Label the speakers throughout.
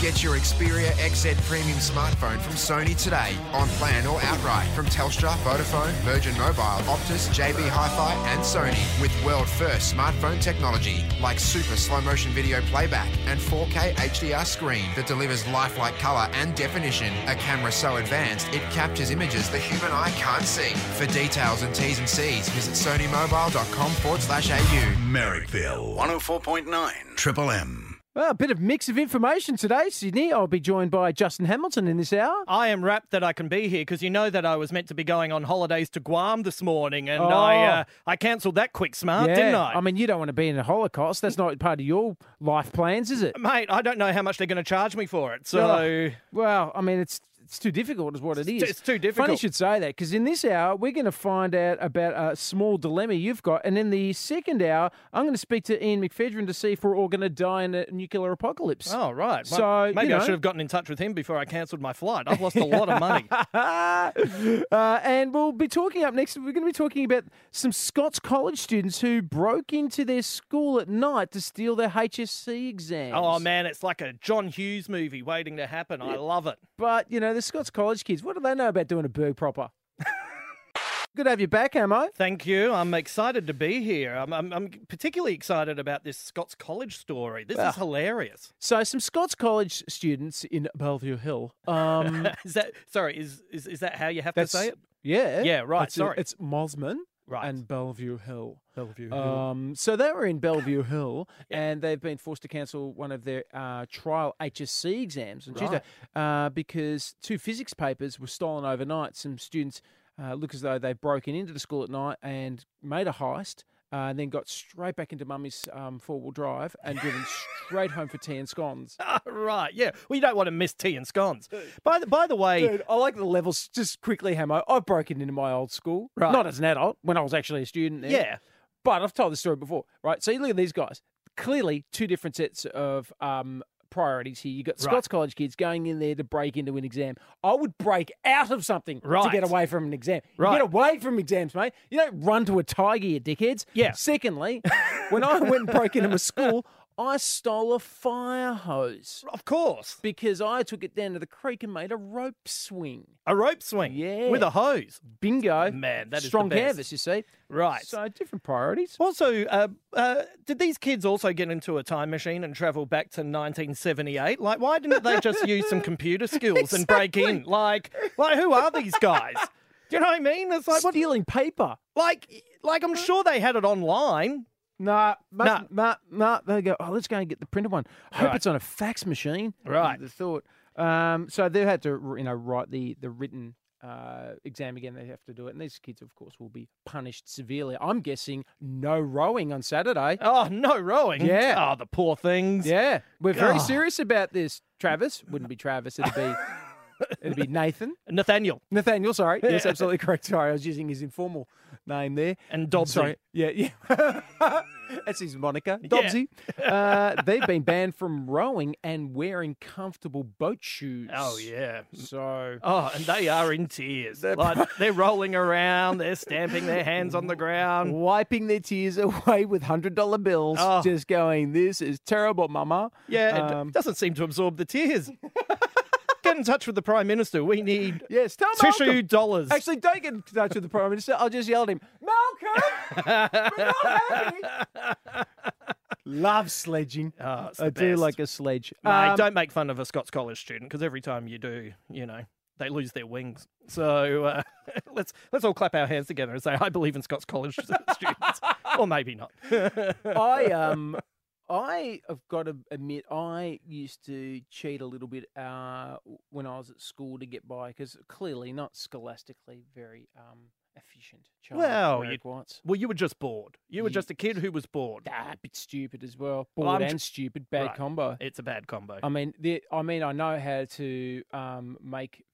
Speaker 1: Get your Xperia XZ Premium smartphone from Sony today, on plan or outright, from Telstra, Vodafone, Virgin Mobile, Optus, JB Hi-Fi, and Sony, with world-first smartphone technology like super slow-motion video playback and 4K HDR screen that delivers lifelike color and definition. A camera so advanced it captures images the human eye can't see. For details and T's and C's, visit sonymobile.com forward slash au.
Speaker 2: Merrickville 104.9 Triple M.
Speaker 3: Well, a bit of mix of information today, Sydney. I'll be joined by Justin Hamilton in this hour.
Speaker 4: I am rapt that I can be here because you know that I was meant to be going on holidays to Guam this morning, and
Speaker 3: Oh.
Speaker 4: I uh, I cancelled that quick smart, Uh, didn't I?
Speaker 3: I mean, you don't want to be in a Holocaust. That's not part of your life plans, is it?
Speaker 4: Mate, I don't know how much they're going to charge me for it, so
Speaker 3: Oh, well, I mean, it's it's too difficult, is what it is.
Speaker 4: too- it's too
Speaker 3: Funny you
Speaker 4: difficult.
Speaker 3: should say that because in this hour we're going to find out about a small dilemma you've got, and in the second hour I'm going to speak to Ian McPhedron to see if we're all going to die in a nuclear apocalypse.
Speaker 4: Oh right.
Speaker 3: So, you
Speaker 4: maybe I
Speaker 3: know.
Speaker 4: should have gotten in touch with him before I cancelled my flight. I've lost a lot of money.
Speaker 3: Uh, and we'll be talking up next. We're going to be talking about some Scots college students who broke into their school at night to steal their HSC exams.
Speaker 4: Oh man, it's like a John Hughes movie waiting to happen. I love it.
Speaker 3: But you know, the Scots college kids, what do they know about doing a burg proper? Good to have you back, Amo.
Speaker 4: Thank you. I'm excited to be here. I'm, I'm, I'm particularly excited about this Scots College story. This
Speaker 3: Ah.
Speaker 4: is hilarious.
Speaker 3: So, some Scots college students in Bellevue Hill. Um,
Speaker 4: Is that sorry? Is is, is that how you have to say it?
Speaker 3: Yeah.
Speaker 4: Yeah, right,
Speaker 3: That's it.
Speaker 4: sorry.
Speaker 3: It's Mosman
Speaker 4: Right.
Speaker 3: and Bellevue Hill.
Speaker 4: Bellevue.
Speaker 3: Um, so they were in Bellevue Hill, and they've been forced to cancel one of their uh, trial HSC exams on Tuesday uh, because two physics papers were stolen overnight. Some students uh, look as though they've broken into the school at night and made a heist. Uh, and then got straight back into mummy's um, four-wheel drive and driven straight home for tea and scones.
Speaker 4: right. Yeah. Well, you don't want to miss tea and scones. By the by the way,
Speaker 3: Dude, I like the levels. Just quickly, Hamo, I've broken into my old school,
Speaker 4: Right.
Speaker 3: not as an adult, when I was actually a student. there.
Speaker 4: yeah.
Speaker 3: But I've told this story before, right? So you look at these guys. Clearly, two different sets of um, priorities here. You've got Scots College kids going in there to break into an exam. I would break out of something to
Speaker 4: Right.
Speaker 3: get away from an exam. You
Speaker 4: Right.
Speaker 3: get away from exams, mate. You don't run to a tiger, you dickheads.
Speaker 4: Yeah.
Speaker 3: Secondly, when I went and broke into my school, I stole a fire hose
Speaker 4: Of course.
Speaker 3: because I took it down to the creek and made a rope swing.
Speaker 4: A rope swing.
Speaker 3: Yeah.
Speaker 4: With a hose.
Speaker 3: Bingo.
Speaker 4: Man, that is the
Speaker 3: Strong
Speaker 4: best.
Speaker 3: canvas, you see.
Speaker 4: Right.
Speaker 3: So different priorities.
Speaker 4: also, uh, uh, did these kids also get into a time machine and travel back to 1978? Like, why didn't they just use some computer skills and break in? Like, like who are these guys? Do you know what I mean? It's like, what,
Speaker 3: Stealing paper.
Speaker 4: like, like I'm sure they had it online.
Speaker 3: Nah, nah, nah, nah. They go, oh, let's go and get the printed one. I hope
Speaker 4: Right.
Speaker 3: it's on a fax machine.
Speaker 4: Right.
Speaker 3: The thought. Um, so they had to, you know, write the the written uh, exam again. They have to do it, and these kids, of course, will be punished severely. I'm guessing no rowing on Saturday.
Speaker 4: Oh no, rowing.
Speaker 3: Yeah.
Speaker 4: Oh, the poor things. Ah.
Speaker 3: Yeah, we're very
Speaker 4: God.
Speaker 3: serious about this. Travis wouldn't be Travis. It'd be. It'd be Nathan.
Speaker 4: Nathaniel
Speaker 3: Nathaniel, sorry. Yes, absolutely correct. Sorry, I was using his informal name there.
Speaker 4: and Dobbsy.
Speaker 3: Sorry. Yeah, yeah. That's his moniker, Dobbsy. Uh, they've been banned from rowing and wearing comfortable boat shoes.
Speaker 4: Oh yeah.
Speaker 3: So
Speaker 4: Oh, and they are in tears. Like they're rolling around, they're stamping their hands on the ground.
Speaker 3: wiping their tears away with hundred dollar bills,
Speaker 4: Oh.
Speaker 3: just going, "This is terrible, Mama."
Speaker 4: Yeah, it
Speaker 3: Um,
Speaker 4: doesn't seem to absorb the tears. Get in touch with the Prime Minister. We need
Speaker 3: yes. Tell
Speaker 4: tissue
Speaker 3: Malcolm.
Speaker 4: dollars.
Speaker 3: Actually, don't get in touch with the prime minister. I'll just yell at him, Malcolm. we're not happy. Love sledging.
Speaker 4: Oh, it's the
Speaker 3: I do
Speaker 4: best.
Speaker 3: like a sledge.
Speaker 4: Mate,
Speaker 3: Um,
Speaker 4: don't make fun of a Scots College student because every time you do, you know, they lose their wings. So uh, let's let's all clap our hands together and say, "I believe in Scots College students," or maybe not.
Speaker 3: I um I have got to admit I used to cheat a little bit uh when I was at school to get by because clearly not scholastically very um efficient. Child,
Speaker 4: Well,
Speaker 3: Eric Watts.
Speaker 4: Well, you were just bored. You were
Speaker 3: Ye-
Speaker 4: just a kid who was bored.
Speaker 3: Ah, a bit stupid as well. Bored
Speaker 4: Well, I'm tr-
Speaker 3: and stupid, bad
Speaker 4: Right.
Speaker 3: combo.
Speaker 4: It's a bad combo.
Speaker 3: I mean, the, I mean, I know how to um make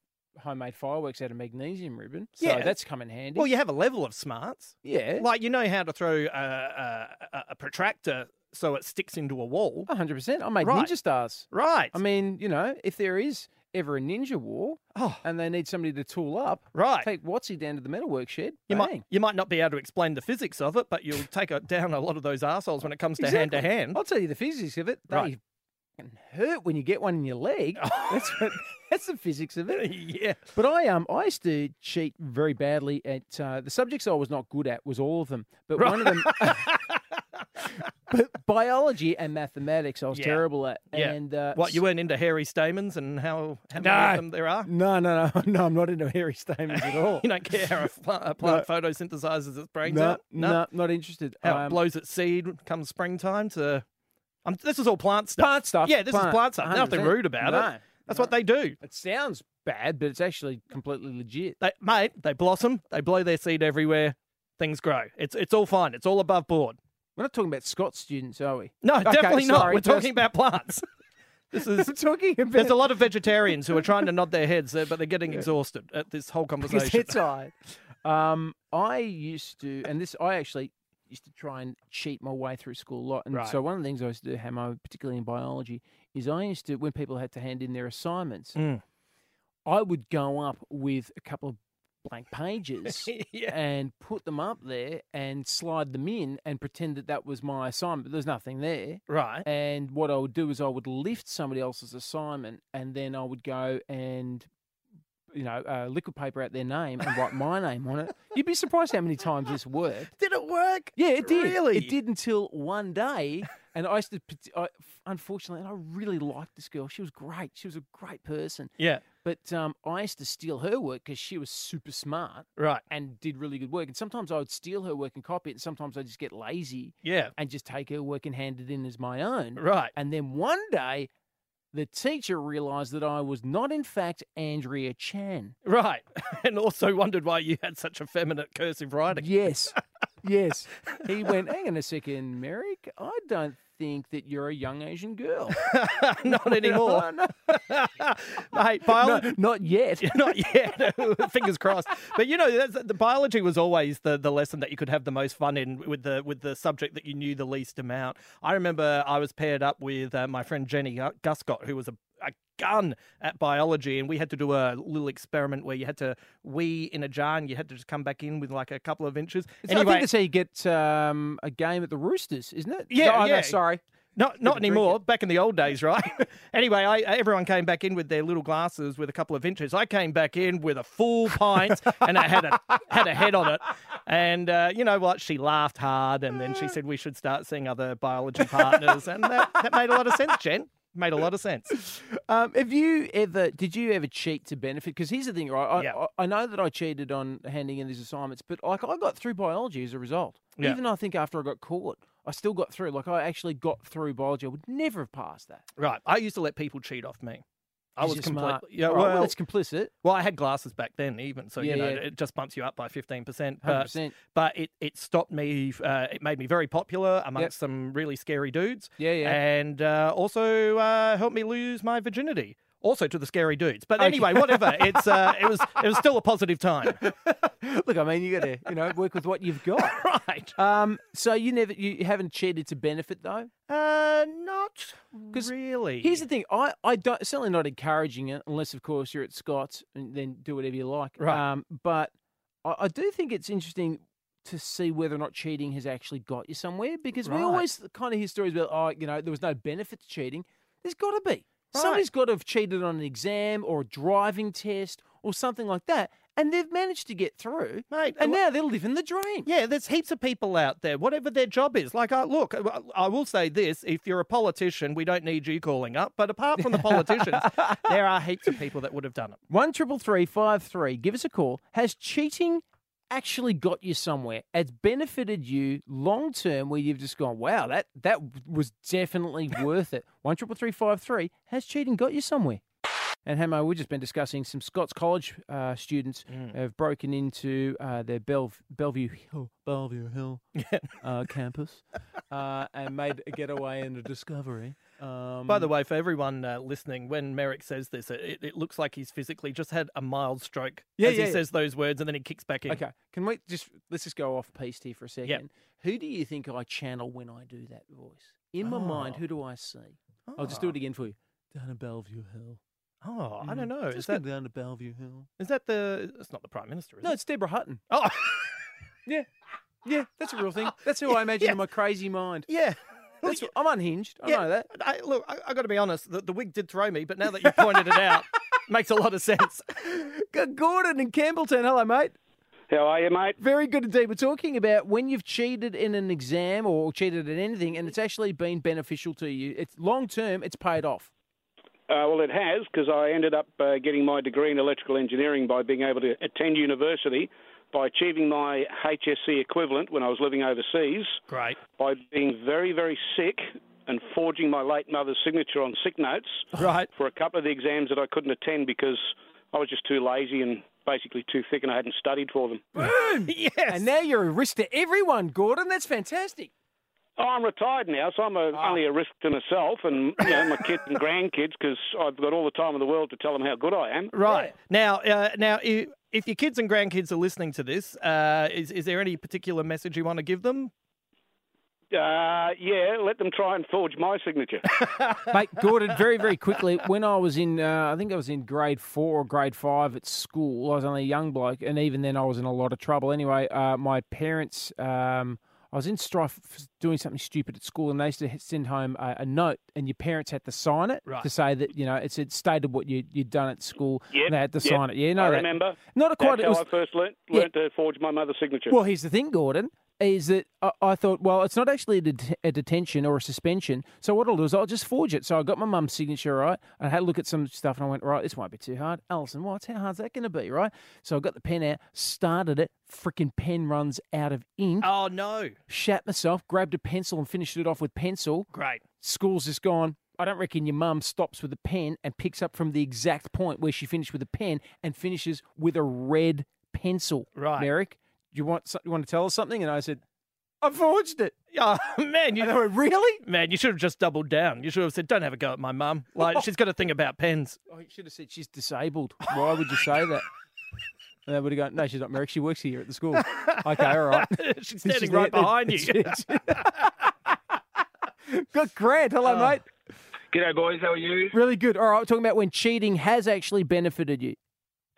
Speaker 3: homemade fireworks out of magnesium ribbon, so
Speaker 4: Yeah.
Speaker 3: that's come in handy.
Speaker 4: well, you have a level of smarts.
Speaker 3: yeah,
Speaker 4: Like you know how to throw a, a, a protractor so it sticks into a wall.
Speaker 3: hundred percent. I made
Speaker 4: Right.
Speaker 3: ninja stars.
Speaker 4: Right.
Speaker 3: I mean, you know, if there is ever a ninja war
Speaker 4: oh,
Speaker 3: and they need somebody to tool up,
Speaker 4: right.
Speaker 3: Take Watsy down to the metalwork shed.
Speaker 4: you
Speaker 3: Bang.
Speaker 4: might you might not be able to explain the physics of it, but you'll take a, down a lot of those assholes when it comes to hand to hand.
Speaker 3: I'll tell you the physics of it. They
Speaker 4: Right.
Speaker 3: fucking hurt when you get one in your leg. That's what, that's the physics of it.
Speaker 4: Oh. yeah.
Speaker 3: But I um I used to cheat very badly at uh, the subjects I was not good at was all of them, but one of them. but biology and mathematics I was
Speaker 4: Yeah.
Speaker 3: terrible at.
Speaker 4: Yeah.
Speaker 3: And uh,
Speaker 4: What, you weren't into hairy stamens and how, how many
Speaker 3: No.
Speaker 4: of them there are?
Speaker 3: No, no, no, no. I'm not into hairy stamens at all.
Speaker 4: You don't care how a fl- a plant photosynthesizes its brains
Speaker 3: no,
Speaker 4: out?
Speaker 3: no, not interested.
Speaker 4: How it
Speaker 3: Um,
Speaker 4: blows its seed come springtime to. Um, this is all plant stuff.
Speaker 3: Plant stuff,
Speaker 4: Yeah, this
Speaker 3: plant,
Speaker 4: is plant stuff. Nothing
Speaker 3: 100%.
Speaker 4: rude about
Speaker 3: No,
Speaker 4: it. That's what they do.
Speaker 3: it sounds bad, but it's actually completely legit.
Speaker 4: They, mate, they blossom, they blow their seed everywhere, things grow. It's, it's all fine, it's all above board.
Speaker 3: We're not talking about Scott students, are we?
Speaker 4: No,
Speaker 3: Okay,
Speaker 4: definitely not.
Speaker 3: sorry,
Speaker 4: We're talking
Speaker 3: just-
Speaker 4: about plants. this is.
Speaker 3: We're talking
Speaker 4: There's
Speaker 3: about
Speaker 4: a lot of vegetarians who are trying to nod their heads, there, but they're getting exhausted at this whole
Speaker 3: because
Speaker 4: conversation.
Speaker 3: it's I. Um, I used to, and this I actually used to try and cheat my way through school a lot. And
Speaker 4: Right.
Speaker 3: so one of the things I used to do, Hamo, particularly in biology, is I used to when people had to hand in their assignments,
Speaker 4: Mm.
Speaker 3: I would go up with a couple of blank pages.
Speaker 4: yeah.
Speaker 3: and put them up there and slide them in and pretend that that was my assignment. But there's nothing there.
Speaker 4: Right.
Speaker 3: And what I would do is I would lift somebody else's assignment and then I would go and, you know, uh, liquid paper out their name and write my name on it. You'd be surprised how many times this worked.
Speaker 4: Did it work?
Speaker 3: Yeah, it did.
Speaker 4: Really?
Speaker 3: It did until one day. And I used to, pat- I, unfortunately, and I really liked this girl. She was great. She was a great person.
Speaker 4: Yeah.
Speaker 3: But um, I used to steal her work because she was super smart
Speaker 4: Right.
Speaker 3: and did really good work. And sometimes I would steal her work and copy it, and sometimes I just get lazy
Speaker 4: Yeah.
Speaker 3: and just take her work and hand it in as my own.
Speaker 4: Right.
Speaker 3: And then one day, the teacher realized that I was not, in fact, Andrea Chan.
Speaker 4: Right. And also wondered why you had such effeminate cursive writing.
Speaker 3: Yes, yes. He went, Hang on a second, Merrick. I don't think that you're a young Asian girl.
Speaker 4: Not anymore.
Speaker 3: No,
Speaker 4: Mate,
Speaker 3: no,
Speaker 4: biology.
Speaker 3: not yet.
Speaker 4: Not yet. Fingers crossed. But you know, that's, the biology was always the, the lesson that you could have the most fun in with the with the subject that you knew the least amount. I remember I was paired up with uh, my friend Jenny Gu- Guscott, who was a, a gun at biology, and we had to do a little experiment where you had to wee in a jar, and you had to just come back in with like a couple of inches.
Speaker 3: I think that's how you get um, a game at the Roosters, isn't it?
Speaker 4: Yeah,
Speaker 3: Oh, no,
Speaker 4: yeah.
Speaker 3: sorry.
Speaker 4: Not not
Speaker 3: drink
Speaker 4: anymore. Back in the old days, right? anyway, I, everyone came back in with their little glasses with a couple of inches. I came back in with a full pint, and I had a had a head on it. And uh, you know what? She laughed hard, and then she said we should start seeing other biology partners, and that, that made a lot of sense, Jen. Made a lot of sense.
Speaker 3: Um, have you ever? Did you ever cheat to benefit? Because here's the thing, right? I,
Speaker 4: Yeah.
Speaker 3: I, I know that I cheated on handing in these assignments, but like I got through biology as a result.
Speaker 4: Yeah.
Speaker 3: Even I think after I got caught, I still got through. Like I actually got through biology. I would never have passed that.
Speaker 4: Right. I used to let people cheat off me. I
Speaker 3: 'Cause
Speaker 4: was
Speaker 3: you're smart.
Speaker 4: completely yeah.
Speaker 3: All right, well,
Speaker 4: Well,
Speaker 3: it's complicit.
Speaker 4: well, I had glasses back then, even so.
Speaker 3: Yeah,
Speaker 4: you know,
Speaker 3: yeah.
Speaker 4: it just bumps you up by fifteen percent.
Speaker 3: 100%.
Speaker 4: but it, it stopped me. Uh, it made me very popular amongst some really scary dudes.
Speaker 3: Yeah, yeah.
Speaker 4: And uh, also uh, helped me lose my virginity. Also to the scary dudes. But anyway, whatever. It's uh, it was it was still a positive time.
Speaker 3: Look, I mean, you got to you know work with what you've got.
Speaker 4: right.
Speaker 3: Um, so you never you haven't cheated to benefit though.
Speaker 4: Uh, not
Speaker 3: 'Cause
Speaker 4: really.
Speaker 3: Here's the thing. I, I don't certainly not encouraging it unless of course you're at Scott's and then do whatever you like.
Speaker 4: Right.
Speaker 3: Um, but I, I do think it's interesting to see whether or not cheating has actually got you somewhere because we
Speaker 4: Right.
Speaker 3: always kind of hear stories about oh you know there was no benefit to cheating. There's got to be.
Speaker 4: Right.
Speaker 3: Somebody's got to have cheated on an exam or a driving test or something like that, and they've managed to get through.
Speaker 4: Mate,
Speaker 3: and
Speaker 4: wha-
Speaker 3: now they're living the dream.
Speaker 4: Yeah, there's heaps of people out there, whatever their job is. Like, I, look, I- I will say this if you're a politician, we don't need you calling up. But apart from the politicians, there are heaps of people that would have done it.
Speaker 3: One triple three five three. Give us a call. Has cheating actually got you somewhere? It's benefited you long term, where you've just gone, wow, that that was definitely worth it. One triple three five three. Has cheating got you somewhere? And Hamo, we've just been discussing some Scots College uh, students have broken into uh, their Belle, Bellevue Hill, Bellevue Hill uh, campus uh, and made a getaway and a discovery. Um,
Speaker 4: By the way, for everyone uh, listening, when Merrick says this, it- it, it looks like he's physically just had a mild stroke
Speaker 3: Yeah,
Speaker 4: as
Speaker 3: yeah,
Speaker 4: he
Speaker 3: yeah.
Speaker 4: says those words, and then he kicks back in.
Speaker 3: Okay, can we just let's just go off piste here for a second? Who do you think I channel when I do that voice? In my mind,
Speaker 4: Oh.
Speaker 3: who do I see? I'll just do it again for you. Down at Bellevue Hill.
Speaker 4: Ah. Oh, I don't
Speaker 3: Mm,
Speaker 4: know. Is
Speaker 3: Just
Speaker 4: that
Speaker 3: go down to Bellevue Hill?
Speaker 4: is that the? It's not the prime minister. Is
Speaker 3: No,
Speaker 4: it?
Speaker 3: it's Deborah Hutton.
Speaker 4: Oh,
Speaker 3: Yeah, that's a real thing. That's who I imagine in my crazy mind.
Speaker 4: yeah.
Speaker 3: That's what- I'm unhinged. I know that.
Speaker 4: I, look, I, I got to be honest. The, the wig did throw me, but now that you pointed it out, makes a lot of sense.
Speaker 3: G- Gordon and Campbellton, hello, mate.
Speaker 5: How are you, mate?
Speaker 3: Very good indeed. We're talking about when you've cheated in an exam or cheated at anything, and it's actually been beneficial to you. It's long term. It's paid off.
Speaker 5: Uh, well, it has because I ended up uh, getting my degree in electrical engineering by being able to attend university, by achieving my HSC equivalent when I was living overseas,
Speaker 4: Great.
Speaker 5: by being very, very sick and forging my late mother's signature on sick notes
Speaker 4: Right.
Speaker 5: for a couple of the exams that I couldn't attend because I was just too lazy and basically too thick and I hadn't studied for them.
Speaker 4: Yes.
Speaker 3: And now you're a risk to everyone, Gordon. That's fantastic.
Speaker 5: Oh, I'm retired now, so I'm a, only a risk to myself and you know, my kids and grandkids because I've got all the time in the world to tell them how good I am.
Speaker 4: Right now, uh, now, if, if your kids and grandkids are listening to this, uh, is is there any particular message you want to give them?
Speaker 5: Uh, yeah, let them try and forge my signature.
Speaker 3: Mate, Gordon, very, very quickly, when I was in, uh, I think I was in grade four or grade five at school, I was only a young bloke, and even then I was in a lot of trouble. Anyway, uh, my parents, um, I was in strife for doing something stupid at school, and they used to send home a, a note, and your parents had to sign it
Speaker 4: Right.
Speaker 3: to say that, you know, it said stated what you, you'd done at school,
Speaker 5: Yep,
Speaker 3: and they had to
Speaker 5: yep,
Speaker 3: sign it. Yeah, you know
Speaker 5: I
Speaker 3: that.
Speaker 5: remember.
Speaker 3: Not a quite.
Speaker 5: That's
Speaker 3: it
Speaker 5: how
Speaker 3: was,
Speaker 5: I first learnt,
Speaker 3: Yeah.
Speaker 5: learnt to forge my mother's signature.
Speaker 3: well, here's the thing, Gordon, is that I, I thought, well, it's not actually a, det- a detention or a suspension. So what I'll do is I'll just forge it. So I got my mum's signature, right? I had a look at some stuff and I went, right, this won't be too hard. Alison Watts, how hard's that going to be, right? So I got the pen out, started it. Freaking pen runs out of ink.
Speaker 4: Oh no!
Speaker 3: Shat myself, grabbed a pencil and finished it off with pencil.
Speaker 4: Great.
Speaker 3: School's just gone. I don't reckon your mum stops with a pen and picks up from the exact point where she finished with a pen and finishes with a red pencil.
Speaker 4: Right.
Speaker 3: Merrick, you want so- you want to tell us something? And I said, I forged it.
Speaker 4: Oh man, you
Speaker 3: And they went, really?
Speaker 4: man, you should have just doubled down. You should have said, "Don't have a go at my mum." Like she's got a thing about pens.
Speaker 3: Oh, you should have said she's disabled. Why would you say that? And they would have gone, no, she's not Merrick. She works here at the school. okay, all right.
Speaker 4: she's
Speaker 3: She's
Speaker 4: standing right
Speaker 3: there-
Speaker 4: behind you.
Speaker 3: Good, Grant. Hello,
Speaker 4: Oh.
Speaker 3: mate.
Speaker 6: Oh. G'day, boys. How are you?
Speaker 3: Really good. All right, we're talking about when cheating has actually benefited you.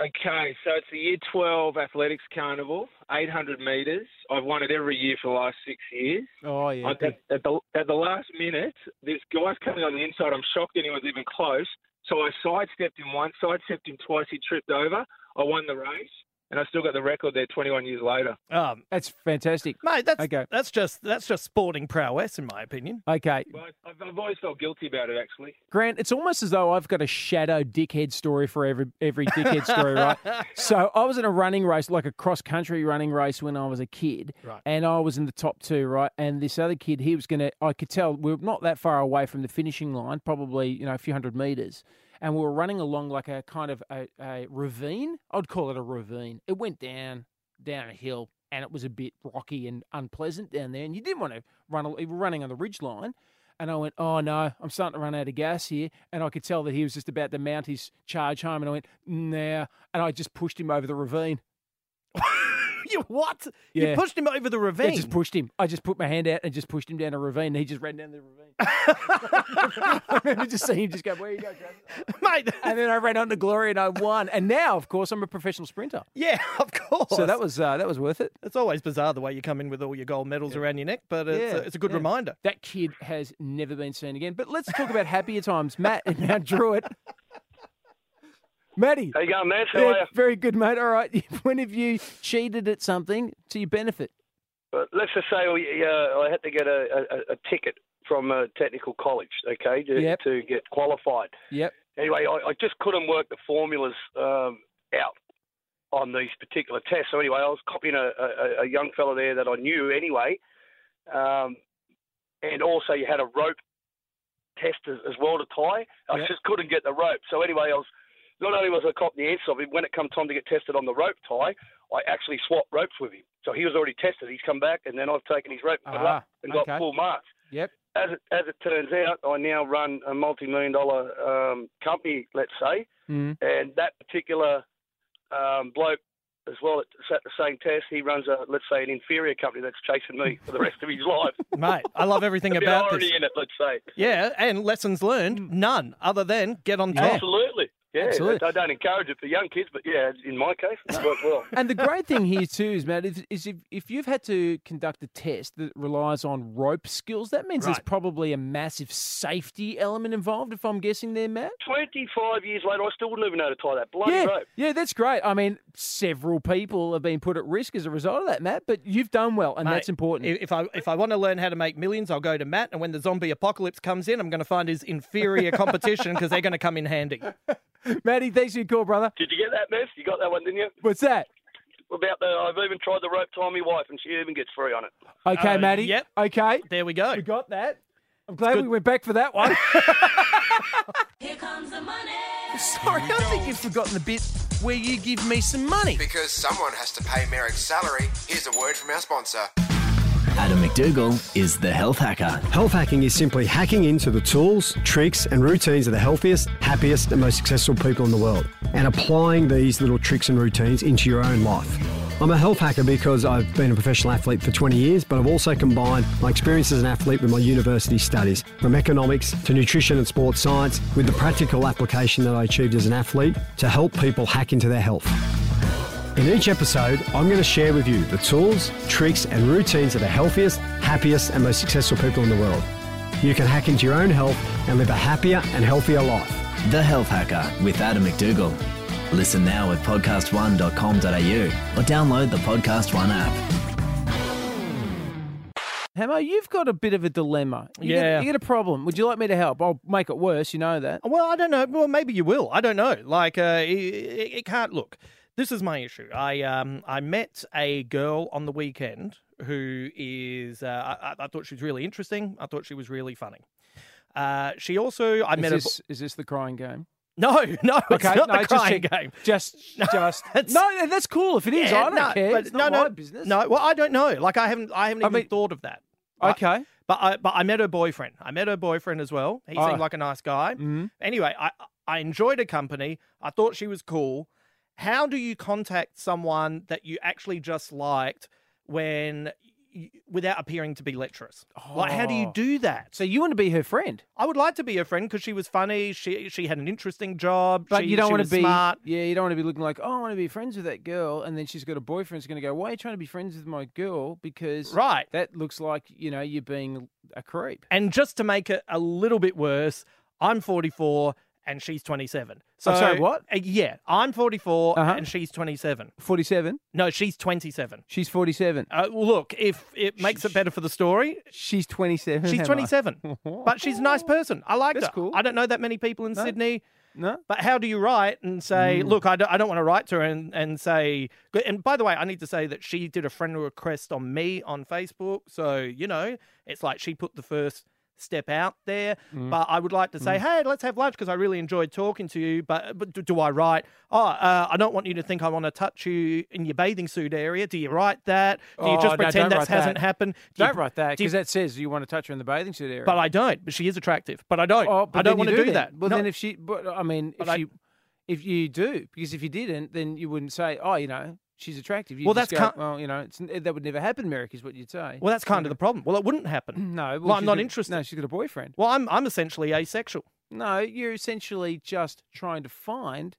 Speaker 6: Okay, so it's the Year 12 Athletics Carnival, 800 metres. I've won it every year for the last six years.
Speaker 3: Oh, yeah.
Speaker 6: At, at, the, at the last minute, this guy's coming on the inside. I'm shocked anyone's even close. So I sidestepped him once, sidestepped him twice. He tripped over. I won the race, and I still got the record there 21 years later.
Speaker 4: Um,
Speaker 3: That's fantastic.
Speaker 4: mate, that's
Speaker 3: Okay.
Speaker 4: that's just that's just sporting prowess, in my opinion.
Speaker 3: Okay,
Speaker 6: But I've, I've always felt guilty about it, actually.
Speaker 3: Grant, it's almost as though I've got a shadow dickhead story for every every dickhead story, right? So I was in a running race, like a cross country running race when I was a kid,
Speaker 4: Right.
Speaker 3: and I was in the top two, right? And this other kid, he was gonna, I could tell we are not that far away from the finishing line, probably you know a few hundred meters, and we were running along like a kind of a, a ravine. I'd call it a ravine. It went down down a hill, and it was a bit rocky and unpleasant down there, and you didn't want to run. al- You were running on the ridge line. And I went, oh no, I'm starting to run out of gas here. And I could tell that he was just about to mount his charge home. And I went, nah. And I just pushed him over the ravine.
Speaker 4: you what?
Speaker 3: Yeah.
Speaker 4: You pushed him over the ravine.
Speaker 3: I just pushed him. I just put my hand out and just pushed him down a ravine. And he just ran down the ravine. I remember just seeing him just go, where you go, Travis?
Speaker 4: mate.
Speaker 3: And then I ran on to glory and I won. And now, of course, I'm a professional sprinter.
Speaker 4: Yeah, of course.
Speaker 3: So that was uh, that was worth it.
Speaker 4: It's always bizarre the way you come in with all your gold medals around your neck, but it's,
Speaker 3: Yeah,
Speaker 4: a, it's a good
Speaker 3: yeah.
Speaker 4: reminder.
Speaker 3: That kid has never been seen again. But let's talk about happier times. Matt and Mount Druitt. Matty.
Speaker 6: How you going, man? How
Speaker 3: Yeah,
Speaker 6: are you?
Speaker 3: very good, mate. All right. When have you cheated at something to your benefit?
Speaker 6: But let's just say we, uh, I had to get a, a, a ticket from a technical college, okay, to,
Speaker 3: Yep.
Speaker 6: to get qualified.
Speaker 3: Yep.
Speaker 6: anyway, I, I just couldn't work the formulas um, out on these particular tests. So anyway, I was copying a, a, a young fella there that I knew anyway, um, and also you had a rope test as, as well to tie. I
Speaker 3: Yep.
Speaker 6: just couldn't get the rope. So anyway, I was not only was I copying the answer of him, when it come time to get tested on the rope tie, I actually swapped ropes with him. So he was already tested. He's come back, and then I've taken his rope and got
Speaker 3: Ah,
Speaker 6: up and got
Speaker 3: okay.
Speaker 6: full marks
Speaker 3: Yep.
Speaker 6: as it, as it turns out, I now run a multi-million dollar um, company, let's say,
Speaker 3: Mm.
Speaker 6: and that particular um, bloke as well that sat the same test, he runs a, let's say, an inferior company that's chasing me for the rest of his life.
Speaker 4: Mate, I love everything
Speaker 6: Bit of
Speaker 4: about
Speaker 6: irony
Speaker 4: this.
Speaker 6: in it, let's say.
Speaker 3: Mm.
Speaker 4: Yeah, and lessons learned, none other than get on top.
Speaker 6: Absolutely. Yeah,
Speaker 3: Absolutely.
Speaker 6: I don't encourage it for young kids, but yeah, in my case, it's worked well.
Speaker 3: And the great thing here too is, Matt, is, is if, if you've had to conduct a test that relies on rope skills, that means there's
Speaker 4: Right.
Speaker 3: probably a massive safety element involved. If I'm guessing there, Matt.
Speaker 6: 25 years later, I still wouldn't even know to tie that bloody
Speaker 3: yeah,
Speaker 6: rope.
Speaker 3: yeah, that's great. I mean, several people have been put at risk as a result of that, Matt. But you've done well, and that's
Speaker 4: Mate,
Speaker 3: important.
Speaker 4: i- If I if I want to learn how to make millions, I'll go to Matt. And when the zombie apocalypse comes in, I'm going to find his inferior competition because they're going to come in handy.
Speaker 3: Matty, thanks for your call, brother.
Speaker 6: Did you get that, Mess? You got that one, didn't you?
Speaker 3: What's that?
Speaker 6: About the, I've even tried the rope tie my wife, and she even gets free on it.
Speaker 3: Okay,
Speaker 4: Uh,
Speaker 3: Matty.
Speaker 4: yep.
Speaker 3: Okay,
Speaker 4: There we go.
Speaker 3: we got that. I'm glad we went back for that one.
Speaker 7: Here comes the money.
Speaker 3: Sorry, I think you've forgotten the bit where you give me some money.
Speaker 1: Because someone has to pay Merrick's salary, here's a word from our sponsor.
Speaker 8: Adam McDougall is the health hacker.
Speaker 9: Health hacking is simply hacking into the tools, tricks, and routines of the healthiest, happiest, and most successful people in the world, and applying these little tricks and routines into your own life. I'm a health hacker because I've been a professional athlete for 20 years, but I've also combined my experience as an athlete with my university studies, from economics to nutrition and sports science, with the practical application that I achieved as an athlete to help people hack into their health. In each episode, I'm going to share with you the tools, tricks, and routines of the healthiest, happiest, and most successful people in the world. You can hack into your own health and live a happier and healthier life.
Speaker 8: The Health Hacker with Adam McDougall. Listen now at podcast1.com.au or download the Podcast One app.
Speaker 3: Hamo, you've got a bit of a dilemma. You
Speaker 4: Yeah.
Speaker 3: Get, you get a problem. Would you like me to help? I'll make it worse. You know that.
Speaker 4: Well, I don't know. Well, maybe you will. I don't know. Like, uh, it, it it can't look. This is my issue. I um I met a girl on the weekend who is uh, I, I- I thought she was really interesting. I thought she was really funny. Uh, she also I
Speaker 3: Is
Speaker 4: met
Speaker 3: this, is this the crying game?
Speaker 4: a no no it's not the
Speaker 3: just
Speaker 4: crying
Speaker 3: check-
Speaker 4: game.
Speaker 3: Just, just.
Speaker 4: It's-
Speaker 3: no, that's cool if it is. I
Speaker 4: Yeah,
Speaker 3: don't
Speaker 4: no,
Speaker 3: care.
Speaker 4: but
Speaker 3: It's not
Speaker 4: no,
Speaker 3: my
Speaker 4: no,
Speaker 3: business.
Speaker 4: No, well, I don't know. Like, I haven't, I haven't
Speaker 3: I
Speaker 4: even
Speaker 3: mean-
Speaker 4: thought of that. Right?
Speaker 3: Okay.
Speaker 4: But I, but I met her boyfriend. I met her boyfriend as well. He
Speaker 3: Oh.
Speaker 4: seemed like a nice guy.
Speaker 3: Mhm.
Speaker 4: Anyway, I, I enjoyed her company. I thought she was cool. How do you contact someone that you actually just liked when, y without appearing to be lecherous? Like, how do
Speaker 3: Oh.
Speaker 4: you do that?
Speaker 3: So you want to be her friend,
Speaker 4: I would like to be her friend because she was funny. She she had an interesting job.
Speaker 3: but
Speaker 4: she,
Speaker 3: you don't
Speaker 4: she
Speaker 3: want
Speaker 4: was
Speaker 3: to be.
Speaker 4: smart.
Speaker 3: Yeah, you don't want to be looking like, oh, I want to be friends with that girl, and then she's got a boyfriend who's going to go, why are you trying to be friends with my girl? Because
Speaker 4: Right.
Speaker 3: that looks like you know you're being a creep.
Speaker 4: And just to make it a little bit worse, I'm 44 and she's 27. So
Speaker 3: sorry, what?
Speaker 4: Uh, yeah, I'm 44
Speaker 3: Uh-huh.
Speaker 4: and she's 27.
Speaker 3: Forty-seven.
Speaker 4: No, she's 27.
Speaker 3: She's forty-seven.
Speaker 4: Uh, well, look, if it makes it better for the story,
Speaker 3: She's twenty-seven.
Speaker 4: she's
Speaker 3: Hamo.
Speaker 4: 27.
Speaker 3: Oh,
Speaker 4: but she's a nice person. I liked
Speaker 3: That's
Speaker 4: her.
Speaker 3: cool.
Speaker 4: I don't know that many people in
Speaker 3: No.
Speaker 4: Sydney.
Speaker 3: No. Mm.
Speaker 4: But how do you write and say, look, I don't, I don't want to write to her and, and say, and by the way, I need to say that she did a friend request on me on Facebook. So, you know, it's like she put the first step out there.
Speaker 3: Mm.
Speaker 4: But I would like to say, hey, let's have lunch because I really enjoyed talking to you. But, but do, do I write, oh, uh, I don't want you to think I want to touch you in your bathing suit area. Do you write that? Do you
Speaker 3: Oh, no,
Speaker 4: just
Speaker 3: don't
Speaker 4: pretend
Speaker 3: write
Speaker 4: that hasn't
Speaker 3: that.
Speaker 4: happened? Do you-
Speaker 3: Don't write that
Speaker 4: do you-
Speaker 3: because that says you want to touch her in the bathing suit area.
Speaker 4: But I don't. But she is attractive. But I don't.
Speaker 3: Oh, but
Speaker 4: I don't
Speaker 3: then
Speaker 4: want
Speaker 3: you
Speaker 4: to do,
Speaker 3: then.
Speaker 4: that.
Speaker 3: Well,
Speaker 4: No.
Speaker 3: then if she, but I mean, if
Speaker 4: But I-
Speaker 3: you, if you do, because if you didn't, then you wouldn't say, oh, you know, she's attractive. You'd
Speaker 4: Well,
Speaker 3: just
Speaker 4: that's
Speaker 3: go,
Speaker 4: kin-
Speaker 3: well, you know, it's, that would never happen, Merrick, is what you'd say.
Speaker 4: well, that's kind of the problem. Well, it wouldn't happen.
Speaker 3: no, well,
Speaker 4: Well, I'm
Speaker 3: she's
Speaker 4: not
Speaker 3: got-
Speaker 4: interested.
Speaker 3: No, she's got a boyfriend.
Speaker 4: Well, I'm I'm essentially asexual.
Speaker 3: No, you're essentially just trying to find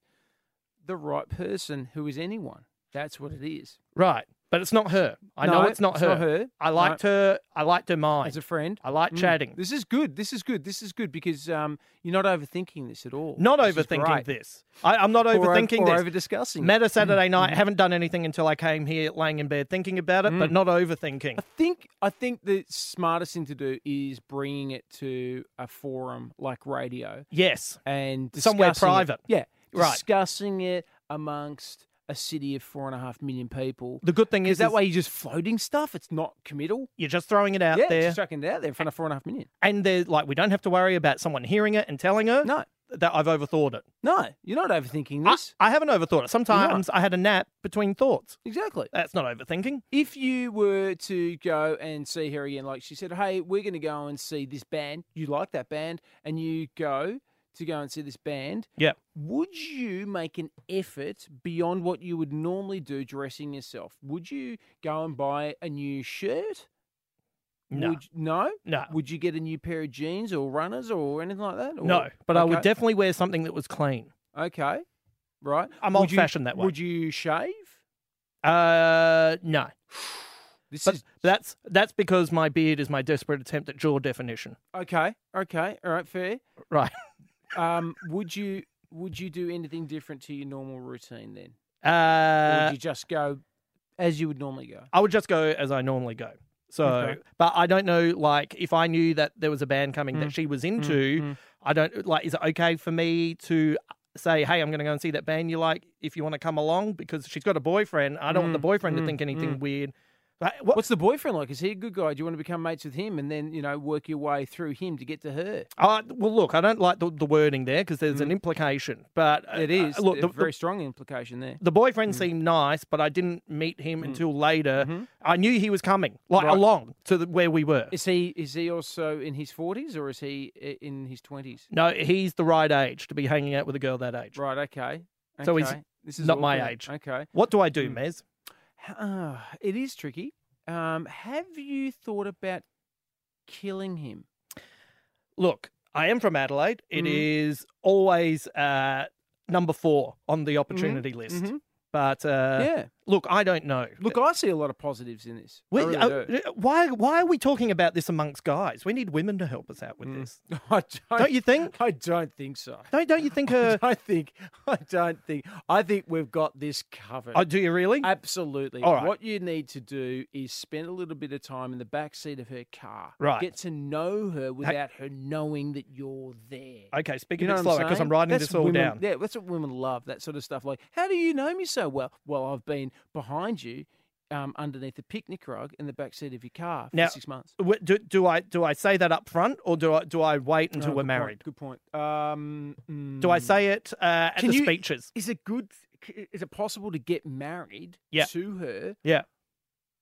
Speaker 3: the right person who is anyone. That's what it is.
Speaker 4: Right. But it's not her. I
Speaker 3: No,
Speaker 4: know it's not
Speaker 3: it's
Speaker 4: her.
Speaker 3: not her.
Speaker 4: I liked her. I liked her mind.
Speaker 3: As a friend,
Speaker 4: I like
Speaker 3: Mm.
Speaker 4: chatting.
Speaker 3: This is good. This is good. This is good because um, you're not overthinking this at all.
Speaker 4: Not
Speaker 3: This is
Speaker 4: overthinking
Speaker 3: great.
Speaker 4: this. I, I'm not
Speaker 3: Or over-
Speaker 4: overthinking
Speaker 3: or, Mm.
Speaker 4: this.
Speaker 3: over discussing.
Speaker 4: Met her Saturday night. Haven't done anything until I came here laying in bed thinking about it,
Speaker 3: Mm.
Speaker 4: but not overthinking.
Speaker 3: I think I think the smartest thing to do is bringing it to a forum like radio
Speaker 4: Yes.
Speaker 3: and
Speaker 4: Somewhere
Speaker 3: discussing it.
Speaker 4: private.
Speaker 3: Yeah,
Speaker 4: Right.
Speaker 3: Discussing it amongst a city of four and a half million people.
Speaker 4: The good thing
Speaker 3: Because
Speaker 4: is
Speaker 3: that
Speaker 4: is
Speaker 3: way you're just floating stuff. It's not committal.
Speaker 4: you're just throwing it out
Speaker 3: yeah,
Speaker 4: there,
Speaker 3: just chucking it out there in front of four and a half million.
Speaker 4: and they're like, we don't have to worry about someone hearing it and telling her
Speaker 3: No,
Speaker 4: that I've overthought it.
Speaker 3: no, you're not overthinking
Speaker 4: I,
Speaker 3: this.
Speaker 4: I haven't overthought it. Sometimes I had a nap between thoughts.
Speaker 3: exactly.
Speaker 4: That's not overthinking.
Speaker 3: If you were to go and see her again, like she said, hey, we're going to go and see this band. You like that band, and you go to go and see this band.
Speaker 4: Yeah.
Speaker 3: Would you make an effort beyond what you would normally do dressing yourself? Would you go and buy a new shirt?
Speaker 4: No.
Speaker 3: Would, no?
Speaker 4: No.
Speaker 3: Would you get a new pair of jeans or runners or anything like that? Or-
Speaker 4: No, but I would
Speaker 3: Okay.
Speaker 4: definitely wear something that was clean.
Speaker 3: Okay. Right.
Speaker 4: I'm
Speaker 3: Would you-
Speaker 4: old-fashioned that way.
Speaker 3: Would you shave?
Speaker 4: Uh, no.
Speaker 3: This
Speaker 4: But
Speaker 3: is
Speaker 4: that's that's because my beard is my desperate attempt at jaw definition.
Speaker 3: okay. Okay. All right. Fair.
Speaker 4: Right.
Speaker 3: Um, would you would you do anything different to your normal routine then? Or
Speaker 4: Uh,
Speaker 3: would you just go as you would normally go?
Speaker 4: I would just go as I normally go. So,
Speaker 3: Okay.
Speaker 4: but I don't know, like, if I knew that there was a band coming
Speaker 3: Mm.
Speaker 4: that she was into, I don't, like, is it okay for me to say, hey, I'm going to go and see that band you like if you want to come along? Because she's got a boyfriend. I don't want the boyfriend to think anything weird. Like, what?
Speaker 3: Mm, What's the boyfriend like? Is he a good guy? Do you want to become mates with him and then, you know, work your way through him to get to her?
Speaker 4: Uh, well, look, I don't like the, the wording there because there's an implication, but uh,
Speaker 3: Mm. It is.
Speaker 4: uh, look, the,
Speaker 3: a
Speaker 4: the-
Speaker 3: very strong Mm. implication there.
Speaker 4: the boyfriend seemed nice, but I didn't meet him
Speaker 3: Mm.
Speaker 4: until later.
Speaker 3: Mm-hmm.
Speaker 4: I knew he was coming, like along to the, where we were.
Speaker 3: Is he is he also in his forties or is he i- in his twenties?
Speaker 4: no, he's the right age to be hanging out with a girl that age.
Speaker 3: Right. Okay.
Speaker 4: So he's
Speaker 3: okay. this
Speaker 4: not my
Speaker 3: awkward.
Speaker 4: age.
Speaker 3: Okay. Mm. Hmm.
Speaker 4: What do I do, Mez?
Speaker 3: Uh, it is tricky. Um, have you thought about killing him?
Speaker 4: Look, I am from Adelaide. It
Speaker 3: Mhm.
Speaker 4: is always uh, number four on the opportunity list.
Speaker 3: Mhm.
Speaker 4: But uh,
Speaker 3: Mm-hmm. yeah.
Speaker 4: look, I don't know.
Speaker 3: Look, I see a lot of positives in this. I
Speaker 4: We-
Speaker 3: really
Speaker 4: uh,
Speaker 3: do.
Speaker 4: why, why are we talking about this amongst guys? We need women to help us out with this.
Speaker 3: Mm. I
Speaker 4: Don't you think?
Speaker 3: I don't think so.
Speaker 4: Don't, don't you think? Uh,
Speaker 3: I think I don't think I think we've got this covered.
Speaker 4: oh, do you really?
Speaker 3: Absolutely.
Speaker 4: All right.
Speaker 3: What you need to do is spend a little bit of time in the back seat of her car.
Speaker 4: Right.
Speaker 3: Get to know her without her knowing that you're there.
Speaker 4: okay, speak
Speaker 3: You
Speaker 4: a
Speaker 3: know
Speaker 4: bit
Speaker 3: what
Speaker 4: slower because
Speaker 3: saying?
Speaker 4: I'm writing
Speaker 3: That's
Speaker 4: this all
Speaker 3: women-
Speaker 4: down.
Speaker 3: Yeah, that's what women love. That sort of stuff. Like, how do you know me so well? Well, I've been behind you, um, underneath the picnic rug in the back seat of your car for
Speaker 4: Now-
Speaker 3: six months.
Speaker 4: Wh- Do, do I do I say that up front or do I do I wait until
Speaker 3: Oh,
Speaker 4: we're
Speaker 3: good point,
Speaker 4: married?
Speaker 3: Good point. Um,
Speaker 4: Do I
Speaker 3: mm.
Speaker 4: say it uh, at
Speaker 3: Can
Speaker 4: the
Speaker 3: you-
Speaker 4: speeches?
Speaker 3: Is it good? c- Is it possible to get married
Speaker 4: Yeah.
Speaker 3: to her
Speaker 4: Yeah,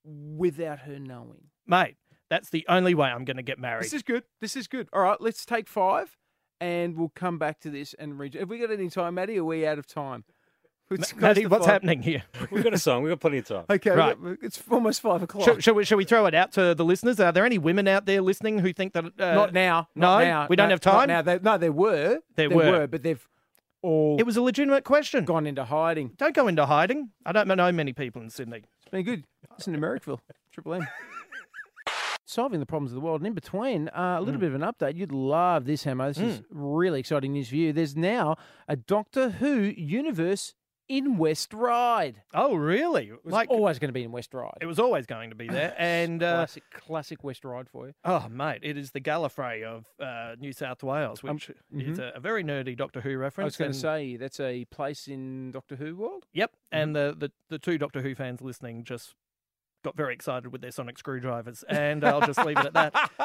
Speaker 3: without her knowing?
Speaker 4: mate, that's the only way I'm going to get married.
Speaker 3: This is good. This is good. All right, let's take five, and we'll come back to this and read. Have we got any time, Maddie? Are we out of time? It's close
Speaker 4: Matty,
Speaker 3: to
Speaker 4: what's
Speaker 3: five.
Speaker 4: happening here?
Speaker 10: We've got a song. We've got plenty of time.
Speaker 3: Okay,
Speaker 4: Right.
Speaker 3: we- it's almost five o'clock.
Speaker 4: Shall, shall we, shall we throw it out to the listeners? Are there any women out there listening who think that? Uh,
Speaker 3: not now.
Speaker 4: no,
Speaker 3: Not now.
Speaker 4: we don't
Speaker 3: No,
Speaker 4: have
Speaker 3: not
Speaker 4: time?
Speaker 3: Now, They- no, there were.
Speaker 4: There were.
Speaker 3: but they've all
Speaker 4: It was a legitimate question.
Speaker 3: gone into hiding.
Speaker 4: Don't go into hiding. I don't know many people in Sydney.
Speaker 3: It's been good. Listen to Merrickville, Triple M. Solving the problems of the world. And in between, uh, a
Speaker 4: Mm.
Speaker 3: little bit of an update. You'd love this, Hamo. This is really exciting news for you. There's now a Doctor Who universe in West Ride.
Speaker 4: Oh, really?
Speaker 3: It was
Speaker 4: Like
Speaker 3: always going to be in West Ride.
Speaker 4: it was always going to be there. And uh,
Speaker 3: classic, classic West Ride for you.
Speaker 4: oh, mate, it is the Gallifrey of uh, New South Wales, which is a, a very nerdy Doctor Who reference.
Speaker 3: Um, mm-hmm. I was going to
Speaker 4: and-
Speaker 3: say Mm-hmm. that's a place in Doctor Who world.
Speaker 4: Yep. And the, the, the two Doctor Who fans listening just got very excited with their sonic screwdrivers. And I'll just leave it at that.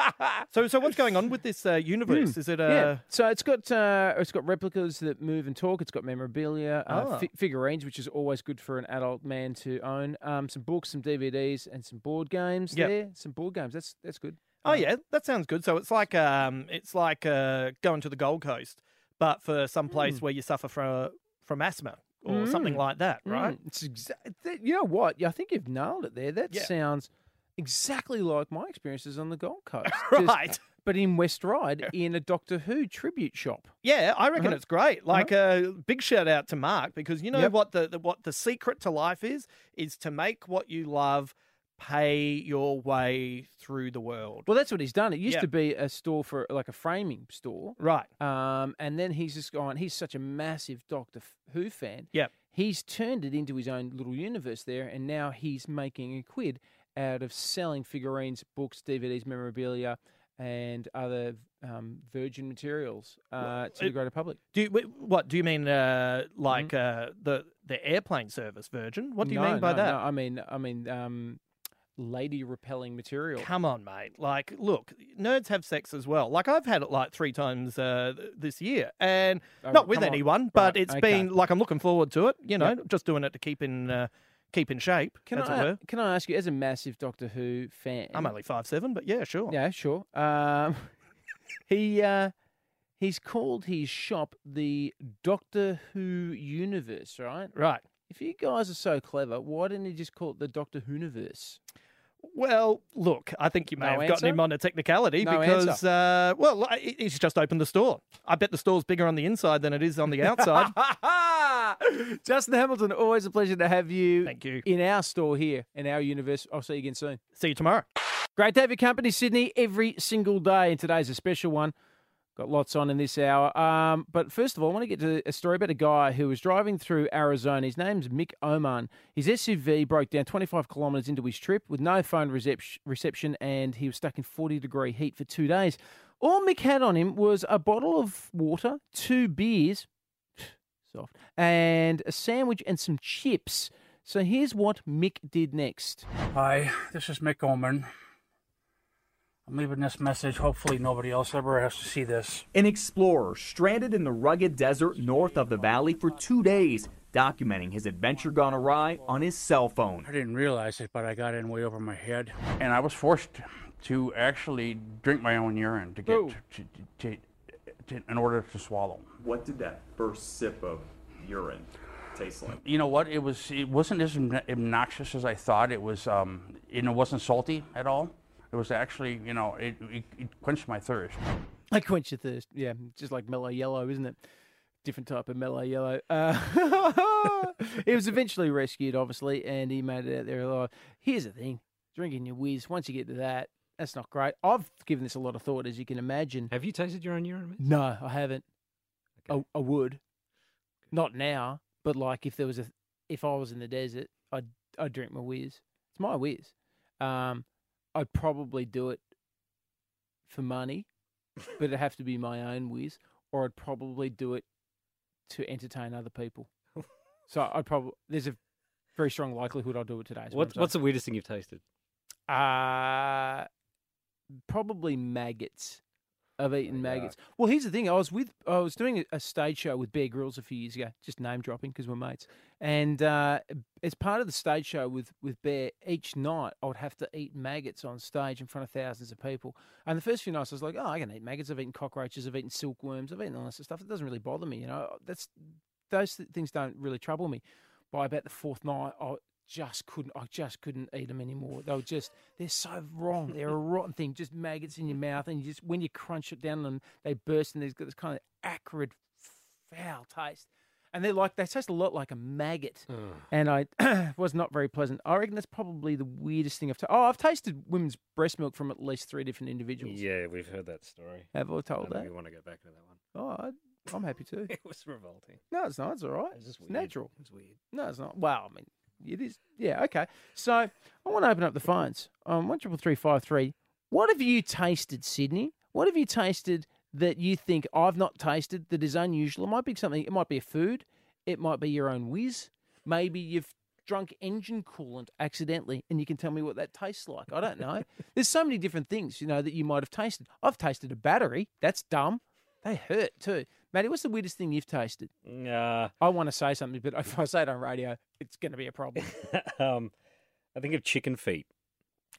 Speaker 4: So, so what's going on with this uh, universe? Is it uh,
Speaker 3: Hmm. yeah. So it's got uh, it's got replicas that move and talk. It's got memorabilia, uh,
Speaker 4: Ah.
Speaker 3: fi- figurines, which is always good for an adult man to own. Um, some books, some DVDs, and some board games.
Speaker 4: Yep.
Speaker 3: There, some board games. That's that's good.
Speaker 4: Oh yeah, that sounds good. So it's like um, it's like uh, going to the Gold Coast, but for some place
Speaker 3: Hmm.
Speaker 4: where you suffer from from asthma or something like that, right?
Speaker 3: Mm, it's exa- th- you know what? Yeah, I think you've nailed it there. That
Speaker 4: Yeah.
Speaker 3: sounds exactly like my experiences on the Gold Coast, Just-
Speaker 4: Right.
Speaker 3: but in West Ride, in a Doctor Who tribute shop.
Speaker 4: Yeah, I reckon it's great. Like a uh, big shout out to Mark because you know
Speaker 3: Uh-huh. Yep.
Speaker 4: what the, the what the secret to life is is to make what you love pay your way through the world.
Speaker 3: Well, that's what he's done. uh, It used
Speaker 4: Yeah.
Speaker 3: to be a store for like a framing store.
Speaker 4: Right.
Speaker 3: Um, and then he's just gone. He's such a massive Doctor F- Who fan.
Speaker 4: Yep.
Speaker 3: He's turned it into his own little universe there, and now he's making a quid out of selling figurines, books, DVDs, memorabilia, and other um, virgin materials uh, to the
Speaker 4: it-
Speaker 3: greater public. Mm-hmm.
Speaker 4: Do you, wh- what do you mean uh, like uh, the the airplane service Virgin? What do you
Speaker 3: No,
Speaker 4: mean by
Speaker 3: no,
Speaker 4: that?
Speaker 3: no, I mean, I mean, um, lady repelling material.
Speaker 4: Come on, mate. Like, look, nerds have sex as well. Like, I've had it like three times uh, th- this year, and
Speaker 3: Oh,
Speaker 4: not with
Speaker 3: come on.
Speaker 4: anyone, but
Speaker 3: Right,
Speaker 4: it's
Speaker 3: okay.
Speaker 4: been like I'm looking forward to it. You know, just doing it to keep in uh, keep in shape.
Speaker 3: Can
Speaker 4: as it
Speaker 3: I
Speaker 4: were.
Speaker 3: can I ask you, as a massive Doctor Who fan,
Speaker 4: I'm only five seven, but yeah, sure.
Speaker 3: Yeah, sure. Um, he uh, he's called his shop the Doctor Who Universe, right?
Speaker 4: Right.
Speaker 3: If you guys are so clever, why didn't he just call it the Doctor Whouniverse?
Speaker 4: Well, look, I think you may
Speaker 3: No
Speaker 4: have
Speaker 3: answer?
Speaker 4: gotten him on a technicality
Speaker 3: No
Speaker 4: because,
Speaker 3: answer.
Speaker 4: uh, well, I- he's just opened the store. I bet the store's bigger on the inside than it is on the outside.
Speaker 3: Justin Hamilton, always a pleasure to have you. Thank you. In our store here, in our universe. I'll see you again soon.
Speaker 4: See you tomorrow.
Speaker 3: Great to have your company, Sydney, every single day. And today's a special one. Got lots on in this hour. Um, but first of all, I want to get to a story about a guy who was driving through Arizona. His name's Mick Oman. His SUV broke down 25 kilometres into his trip with no phone recep- reception and he was stuck in 40 degree heat for two days. All Mick had on him was a bottle of water, two beers, soft, and a sandwich and some chips. So here's what Mick did next.
Speaker 11: Hi, this is Mick Oman. I'm leaving this message. Hopefully, nobody else ever has to see this.
Speaker 12: An explorer stranded in the rugged desert north of the valley for two days, documenting his adventure gone awry on his cell phone.
Speaker 11: I didn't realize it, but I got in way over my head, and I was forced to actually drink my own urine to get to, to, to, to, in order to swallow.
Speaker 13: What did that first sip of urine taste like?
Speaker 11: You know what? It was. It wasn't as obno- obnoxious as I thought. It was. Um, you know, wasn't salty at all. It was actually. You know, it, it, it quenched my thirst.
Speaker 3: I quench your thirst. Yeah, just like mellow yellow, isn't it? Different type of mellow yellow. Uh, he was eventually rescued, obviously, and he made it out there alive. Here's the thing drinking your whiz, once you get to that, that's not great. I've given this a lot of thought, as you can imagine.
Speaker 10: Have you tasted your own urine?
Speaker 3: No, I haven't. I, I would. Not now, but like if there was a, if I was in the desert, I'd, I'd drink my whiz. It's my whiz. Um, I'd probably do it for money, but it'd have to be my own whiz, or I'd probably do it to entertain other people. so I'd probably, there's a very strong likelihood I'll do it today. is
Speaker 10: What,
Speaker 3: I'm
Speaker 10: what's the
Speaker 3: saying.
Speaker 10: weirdest thing you've tasted?
Speaker 3: Uh, probably maggots. I've eaten maggots. Well, here's the thing. I was with I was doing a- a stage show with Bear Grylls a few years ago, just name dropping because we're mates. And uh, as part of the stage show with with Bear, each night I would have to eat maggots on stage in front of thousands of people. And the first few nights I was like, oh, I can eat maggots. I've eaten cockroaches. I've eaten silkworms. I've eaten all that sort of stuff. It doesn't really bother me. You know, that's those th- things don't really trouble me. By about the fourth night, I just couldn't. I just couldn't eat them anymore. They were just they're so wrong. They're a rotten thing. Just maggots in your mouth, and you just when you crunch it down, and they burst, and they've got this kind of acrid, foul taste. And they're like they taste a lot like a maggot. And I was not very pleasant. I reckon that's probably the weirdest thing I've. Ta- oh, I've tasted women's breast milk from at least three different individuals.
Speaker 10: Yeah, we've heard that story.
Speaker 3: Have I told
Speaker 10: I
Speaker 3: that?
Speaker 10: We want to go back to that one.
Speaker 3: Oh, I, I'm happy to.
Speaker 10: It was revolting.
Speaker 3: No, it's not. It's all right. It's, natural.
Speaker 10: It's weird.
Speaker 3: No, it's not. Well, I mean, it is. Yeah, okay. So I want to open up the phones. Um, one triple three five three. What have you tasted, Sydney? What have you tasted that you think I've not tasted that is unusual? It might be something. It might be a food. It might be your own whiz. Maybe you've drunk engine coolant accidentally, and you can tell me what that tastes like. I don't know. There's so many different things you know that you might have tasted. I've tasted a battery. That's dumb. They hurt too. Matty, what's the weirdest thing you've tasted?
Speaker 10: Nah.
Speaker 3: I want to say something, but if I say it on radio, it's going to be a problem.
Speaker 10: um, I think of chicken feet.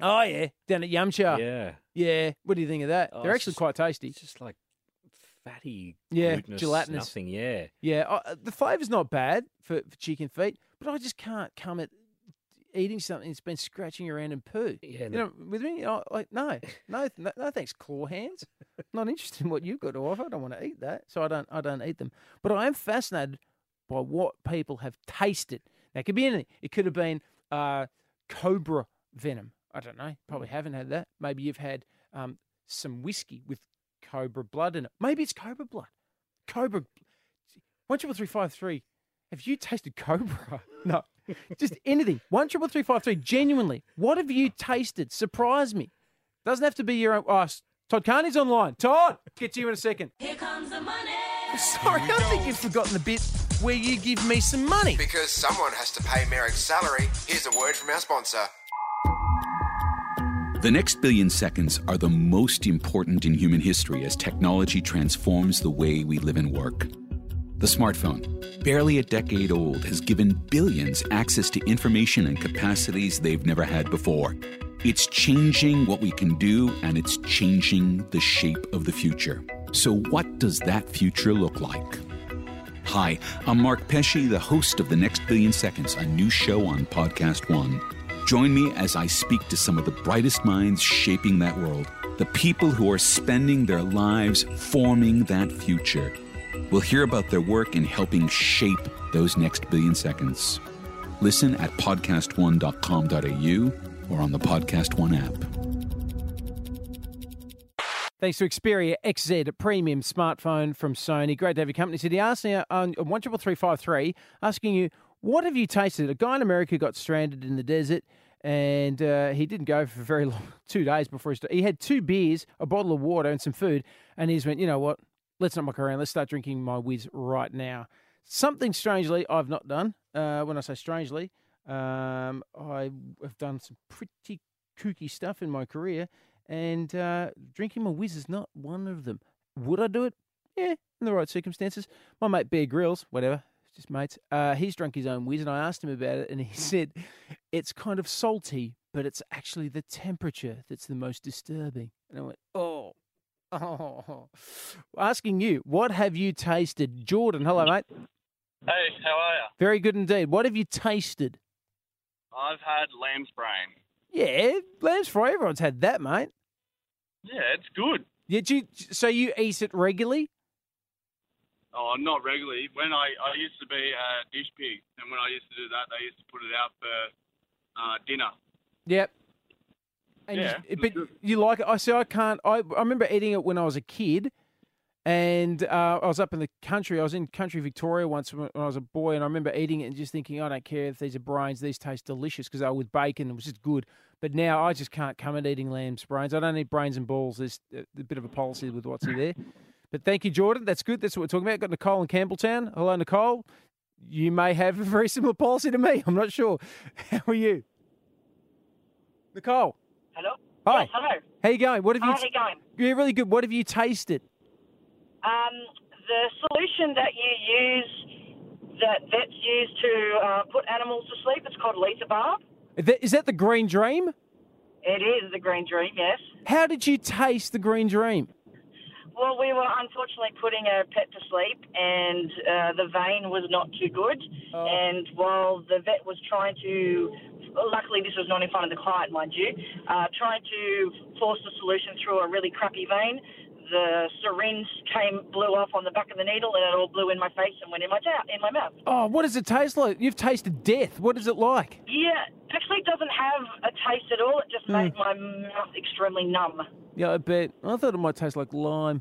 Speaker 3: oh, yeah. Down at Yamcha.
Speaker 10: Yeah.
Speaker 3: Yeah. What do you think of that?
Speaker 10: Oh,
Speaker 3: They're
Speaker 10: it's
Speaker 3: actually quite tasty. It's
Speaker 10: just like fatty,
Speaker 3: yeah,
Speaker 10: glutinous
Speaker 3: gelatinous.
Speaker 10: nothing, yeah.
Speaker 3: Yeah. I- uh, the flavour's not bad for, for chicken feet, but I just can't come at eating something that's been scratching around and poo. Yeah. You
Speaker 10: no.
Speaker 3: know, with me, I, like, no, no, no, no, thanks, claw hands. not interested in what you've got to offer. I don't want to eat that. So I don't, I don't eat them. But I am fascinated by what people have tasted. Now, it could be anything. It could have been uh, cobra venom. I don't know. Probably haven't had that. Maybe you've had um, some whiskey with cobra blood in it. Maybe it's cobra blood. Cobra. One triple three five three. Have you tasted cobra? No, just anything. One triple three five three. Genuinely, what have you tasted? Surprise me. Doesn't have to be your own. Oh, s- Todd Carney's online. Todd, get to you in a second.
Speaker 7: Here comes the money.
Speaker 3: Sorry, I think you've forgotten the bit where you give me some money.
Speaker 1: Because someone has to pay Merrick's salary, here's a word from our sponsor.
Speaker 14: The next billion seconds are the most important in human history as technology transforms the way we live and work. The smartphone, barely a decade old, has given billions access to information and capacities they've never had before. It's changing what we can do, and it's changing the shape of the future. So, what does that future look like? Hi, I'm Mark Pesci, the host of The Next Billion Seconds, a new show on Podcast One. Join me as I speak to some of the brightest minds shaping that world, the people who are spending their lives forming that future. We'll hear about their work in helping shape those next billion seconds. Listen at podcastone.com.au or on the Podcast One app.
Speaker 3: Thanks to Xperia XZ a premium smartphone from Sony. Great to have your company. So he asked me uh, on one triple three five three, asking you, what have you tasted? A guy in America got stranded in the desert, and uh, he didn't go for very long, two days before he. St- he had two beers, a bottle of water, and some food, and he's went. You know what? Let's not muck around. Let's start drinking my whiz right now. Something strangely I've not done. Uh, when I say strangely, um, I have done some pretty kooky stuff in my career, and uh, drinking my whiz is not one of them. Would I do it? Yeah, in the right circumstances. My mate Bear Grylls, whatever, it's just mates, uh, he's drunk his own whiz, and I asked him about it, and he said it's kind of salty, but it's actually the temperature that's the most disturbing. And I went, oh. Oh, asking you, what have you tasted? Jordan, hello, mate.
Speaker 15: Hey, how are you?
Speaker 3: Very good indeed. What have you tasted?
Speaker 15: I've had lamb's brain.
Speaker 3: Yeah, lamb's fry. Everyone's had that, mate.
Speaker 15: Yeah, it's good.
Speaker 3: Yeah, do you, so you eat it regularly?
Speaker 15: Oh, not regularly. When I, I used to be a dish pig, and when I used to do that, they used to put it out for uh, dinner.
Speaker 3: Yep. And
Speaker 15: Yeah,
Speaker 3: you, but you like it. I see. I can't. I, I remember eating it when I was a kid, and uh, I was up in the country. I was in country Victoria once when when I was a boy, and I remember eating it and just thinking, I don't care if these are brains. These taste delicious because they were with bacon. It was just good. But now I just can't come at eating lamb's brains. I don't eat brains and balls. There's a a bit of a policy with what's in there. But thank you, Jordan. That's good. That's what we're talking about. Got Nicole in Campbelltown. Hello, Nicole. You may have a very similar policy to me. I'm not sure. How are you, Nicole?
Speaker 16: Hello.
Speaker 3: Hi.
Speaker 16: Yes, hello.
Speaker 3: How you going? What have you?
Speaker 16: How are you going?
Speaker 3: Yeah, really good. What have you tasted?
Speaker 16: Um, the solution that you use, that vets use to uh, put animals to sleep, it's called Lysobarb.
Speaker 3: Is that- Is that the Green Dream?
Speaker 16: It is the Green Dream, yes.
Speaker 3: How did you taste the Green Dream?
Speaker 16: Well, we were unfortunately putting a pet to sleep, and uh, the vein was not too good.
Speaker 3: Oh.
Speaker 16: And while the vet was trying to, luckily this was not in front of the client, mind you, uh, trying to force the solution through a really crappy vein, the syringe came blew off on the back of the needle, and it all blew in my face and went in my ta- in my mouth.
Speaker 3: Oh, what does it taste like? You've tasted death. What is it like?
Speaker 16: Yeah, actually it doesn't have a taste at all. It just
Speaker 3: Mm.
Speaker 16: made my mouth extremely numb.
Speaker 3: Yeah, I bet. I thought it might taste like lime.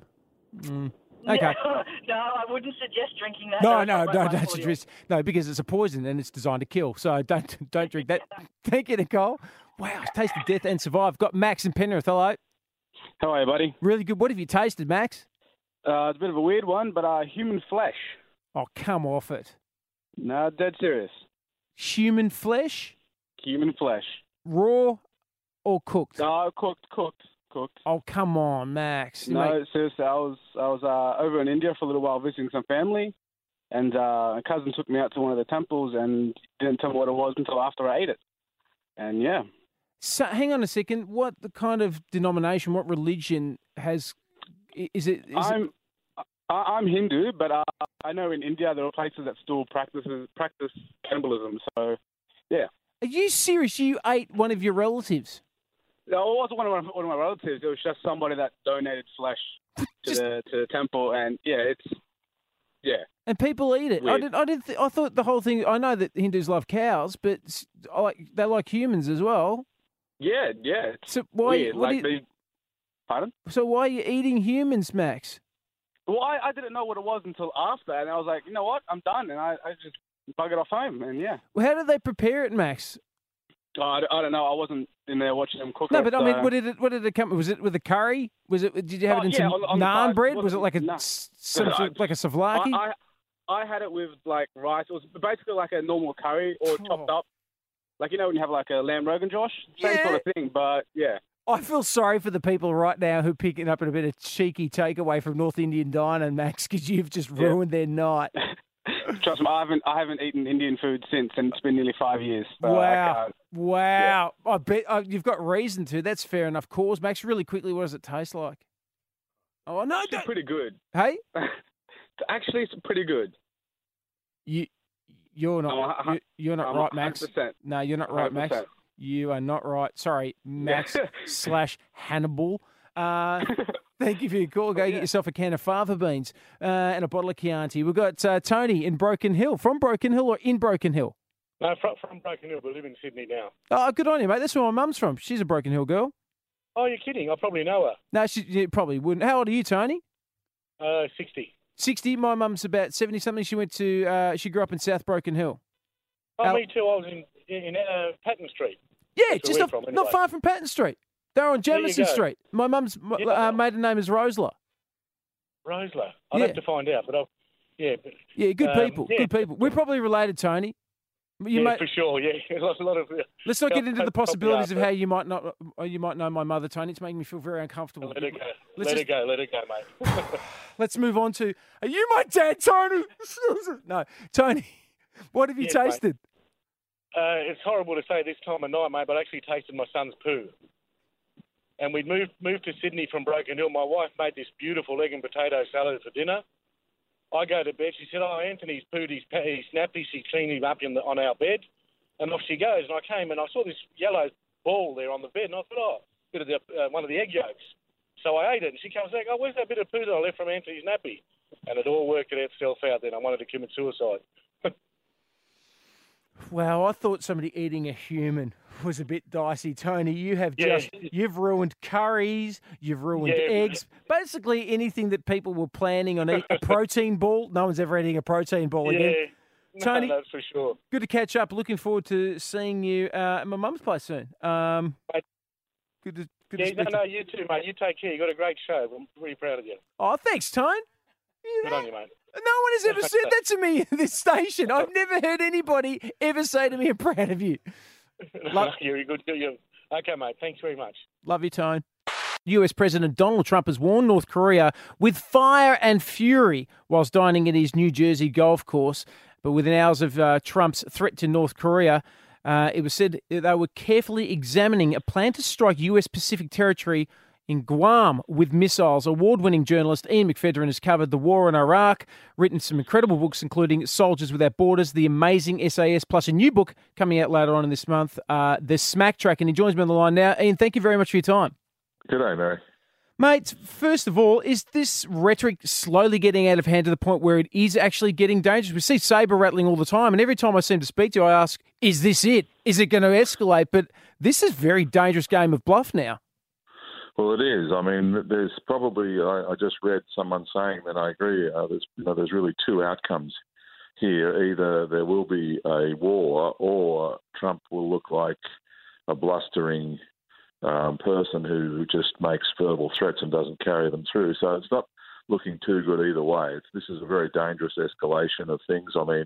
Speaker 3: Mm. Okay.
Speaker 16: no, I wouldn't suggest drinking that.
Speaker 3: No,
Speaker 16: That's
Speaker 3: no,
Speaker 16: not
Speaker 3: no,
Speaker 16: right
Speaker 3: don't
Speaker 16: for you.
Speaker 3: drink. No, because it's a poison and it's designed to kill. So don't don't drink that. Thank you, Nicole. Wow, it's tasted death and survived. Got Max in Penrith. Hello.
Speaker 17: How are you, buddy?
Speaker 3: Really good. What have you tasted, Max?
Speaker 17: Uh, it's a bit of a weird one, but uh, human flesh.
Speaker 3: Oh, come off it.
Speaker 17: No, dead serious.
Speaker 3: Human flesh,
Speaker 17: Human flesh.
Speaker 3: raw or cooked?
Speaker 17: No, cooked, cooked, cooked.
Speaker 3: Oh, come on, Max.
Speaker 17: No,
Speaker 3: Mate,
Speaker 17: seriously, I was I was uh, over in India for a little while visiting some family, and uh, a cousin took me out to one of the temples and didn't tell me what it was until after I ate it. And yeah,
Speaker 3: So, hang on a second. What the kind of denomination? What religion has? i- Is it? Is
Speaker 17: I'm
Speaker 3: it
Speaker 17: I, I'm Hindu, but uh, I know in India there are places that still practices practice cannibalism. So yeah.
Speaker 3: are you serious? You ate one of your relatives?
Speaker 17: No, it wasn't one of my one of my relatives. It was just somebody that donated flesh to the to the temple, and yeah, it's yeah.
Speaker 3: And people eat it. I
Speaker 17: Weird.
Speaker 3: did. I did. Th- I thought the whole thing. I know that Hindus love cows, but s- I like, they like humans as well.
Speaker 17: Yeah, yeah. It's
Speaker 3: So why-
Speaker 17: Weird.
Speaker 3: what do
Speaker 17: like
Speaker 3: you-
Speaker 17: they- pardon?
Speaker 3: So why are you eating humans, Max?
Speaker 17: Well, I, I didn't know what it was until after, and I was like, you know what, I'm done, and I, I just bug it off home, and yeah.
Speaker 3: Well, how do they prepare it, Max?
Speaker 17: Oh, I, I don't know. I wasn't in there watching them cook.
Speaker 3: No,
Speaker 17: it,
Speaker 3: but I
Speaker 17: so-
Speaker 3: mean, what did it? What did it come? Was it with a curry? Was it? Did you have
Speaker 17: uh, Oh,
Speaker 3: it in
Speaker 17: yeah,
Speaker 3: some
Speaker 17: on- on the
Speaker 3: naan
Speaker 17: side.
Speaker 3: bread? Was it
Speaker 17: Wasn't-
Speaker 3: like a
Speaker 17: no.
Speaker 3: s- some
Speaker 17: No,
Speaker 3: sort- like a
Speaker 17: I,
Speaker 3: savlaki?
Speaker 17: I I had it with like rice. It was basically like a normal curry or chopped up, like you know when you have like a lamb rogan josh, same sort of thing, but yeah.
Speaker 3: I feel sorry for the people right now who are picking up a bit of cheeky takeaway from North Indian Diner, Max, because you've just ruined their night.
Speaker 17: Trust me, I haven't I haven't eaten Indian food since, and it's been nearly five years. so I
Speaker 3: wow.
Speaker 17: can't-
Speaker 3: Wow. I bet uh, you've got reason to. That's fair enough. Cause, Max, really quickly, what does it taste like? Oh, no,
Speaker 17: It's pretty good.
Speaker 3: Hey?
Speaker 17: Actually, it's pretty good.
Speaker 3: You, you're not,
Speaker 17: I'm a-
Speaker 3: you, you're not
Speaker 17: I'm a
Speaker 3: right, Max.
Speaker 17: 100%.
Speaker 3: No, you're not right, Max.
Speaker 17: 100%.
Speaker 3: You are not right. Sorry, Max slash Hannibal. Uh, thank you for your
Speaker 17: Oh,
Speaker 3: call. Go get yourself a can of fava beans uh, and a bottle of Chianti. We've got uh, Tony in Broken Hill. From Broken Hill or in Broken Hill?
Speaker 18: No, from, from Broken Hill, but live in Sydney now.
Speaker 3: Oh, good on you, mate. That's where my mum's from. She's a Broken Hill girl.
Speaker 18: Oh, you're kidding. I probably know her.
Speaker 3: No, she you probably wouldn't. How old are you, Tony?
Speaker 18: Uh, 60.
Speaker 3: 60. My mum's about 70 something. She went to, uh, she grew up in South Broken Hill.
Speaker 18: Oh,
Speaker 3: Al-
Speaker 18: me too. I was in, in uh, Patton Street.
Speaker 3: Yeah,
Speaker 18: That's where
Speaker 3: just
Speaker 18: we're
Speaker 3: off,
Speaker 18: from, anyway.
Speaker 3: not far from Patton Street. They're on
Speaker 18: There you
Speaker 3: Jamison
Speaker 18: go.
Speaker 3: Street. My mum's m uh, maiden name is Rosler.
Speaker 18: Rosler. I'd
Speaker 3: Yeah.
Speaker 18: have to find out, but I'll, yeah. But,
Speaker 3: Yeah, good
Speaker 18: um,
Speaker 3: people.
Speaker 18: yeah.
Speaker 3: Good people. We're probably related, Tony. You
Speaker 18: yeah,
Speaker 3: may-
Speaker 18: for sure. Yeah, Lots- a lot of.
Speaker 3: Let's not get into
Speaker 18: Probably
Speaker 3: the possibilities
Speaker 18: are,
Speaker 3: of
Speaker 18: but
Speaker 3: how you might not uh, you might know my mother, Tony. It's making me feel very uncomfortable.
Speaker 18: Let it go. Let
Speaker 3: Let's just-
Speaker 18: it go. Let it go, mate.
Speaker 3: Let's move on to Are you my dad, Tony? no, Tony. What have you
Speaker 18: Yeah, mate.
Speaker 3: tasted?
Speaker 18: Uh, it's horrible to say this time of night, mate, but I actually tasted my son's poo. And we'd moved moved to Sydney from Broken Hill. My wife made this beautiful egg and potato salad for dinner. I go to bed. She said, "Oh, Anthony's pooed his, pa- his nappy. She cleaned him up in the, on our bed." And off she goes. And I came and I saw this yellow ball there on the bed, and I thought, "Oh, bit of the, uh, one of the egg yolks." So I ate it, and she comes back. Oh, where's that bit of poo that I left from Anthony's nappy? And it all worked itself out. Then I wanted to commit suicide.
Speaker 3: Wow, I thought somebody eating a human was a bit dicey. Tony, you have
Speaker 18: Yeah.
Speaker 3: just you've ruined curries, you've ruined
Speaker 18: Yeah.
Speaker 3: eggs. Basically anything that people were planning on eat a protein ball. No one's ever eating a protein ball again.
Speaker 18: Yeah,
Speaker 3: Tony-
Speaker 18: no, that's for sure.
Speaker 3: Good to catch up. Looking forward to seeing you uh, at my mum's place soon. Um, good to, good to
Speaker 18: Yeah,
Speaker 3: speak
Speaker 18: no,
Speaker 3: to-
Speaker 18: no, you too, mate. You take care. You got a great show. I'm really proud of you.
Speaker 3: Oh, thanks, Tone.
Speaker 18: Good on you, mate.
Speaker 3: No one has ever said that to me in this station. I've never heard anybody ever say to me, I'm proud of you. Love-
Speaker 18: You're a good. You're, okay, mate. Thanks very much.
Speaker 3: Love you, Tone. US President Donald Trump has warned North Korea with fire and fury whilst dining at his New Jersey golf course. But within hours of uh, Trump's threat to North Korea, uh, it was said that they were carefully examining a plan to strike US Pacific territory in Guam with missiles. Award winning journalist Ian McFedrin has covered the war in Iraq, written some incredible books, including Soldiers Without Borders, The Amazing SAS, plus a new book coming out later on in this month, uh, The Smack Track. And he joins me on the line now. Ian, thank you very much for your time.
Speaker 19: Good day, Barry.
Speaker 3: Mate, first of all, is this rhetoric slowly getting out of hand to the point where it is actually getting dangerous? We see saber rattling all the time, and every time I seem to speak to you, I ask, "Is this it? Is it going to escalate?" But this is very dangerous game of bluff now.
Speaker 19: Well, it is. I mean, there's probably. I, I just read someone saying that I agree. Uh, there's, you know, there's really two outcomes here. Either there will be a war, or Trump will look like a blustering um, person who, who just makes verbal threats and doesn't carry them through. So it's not looking too good either way. It's, this is a very dangerous escalation of things. I mean,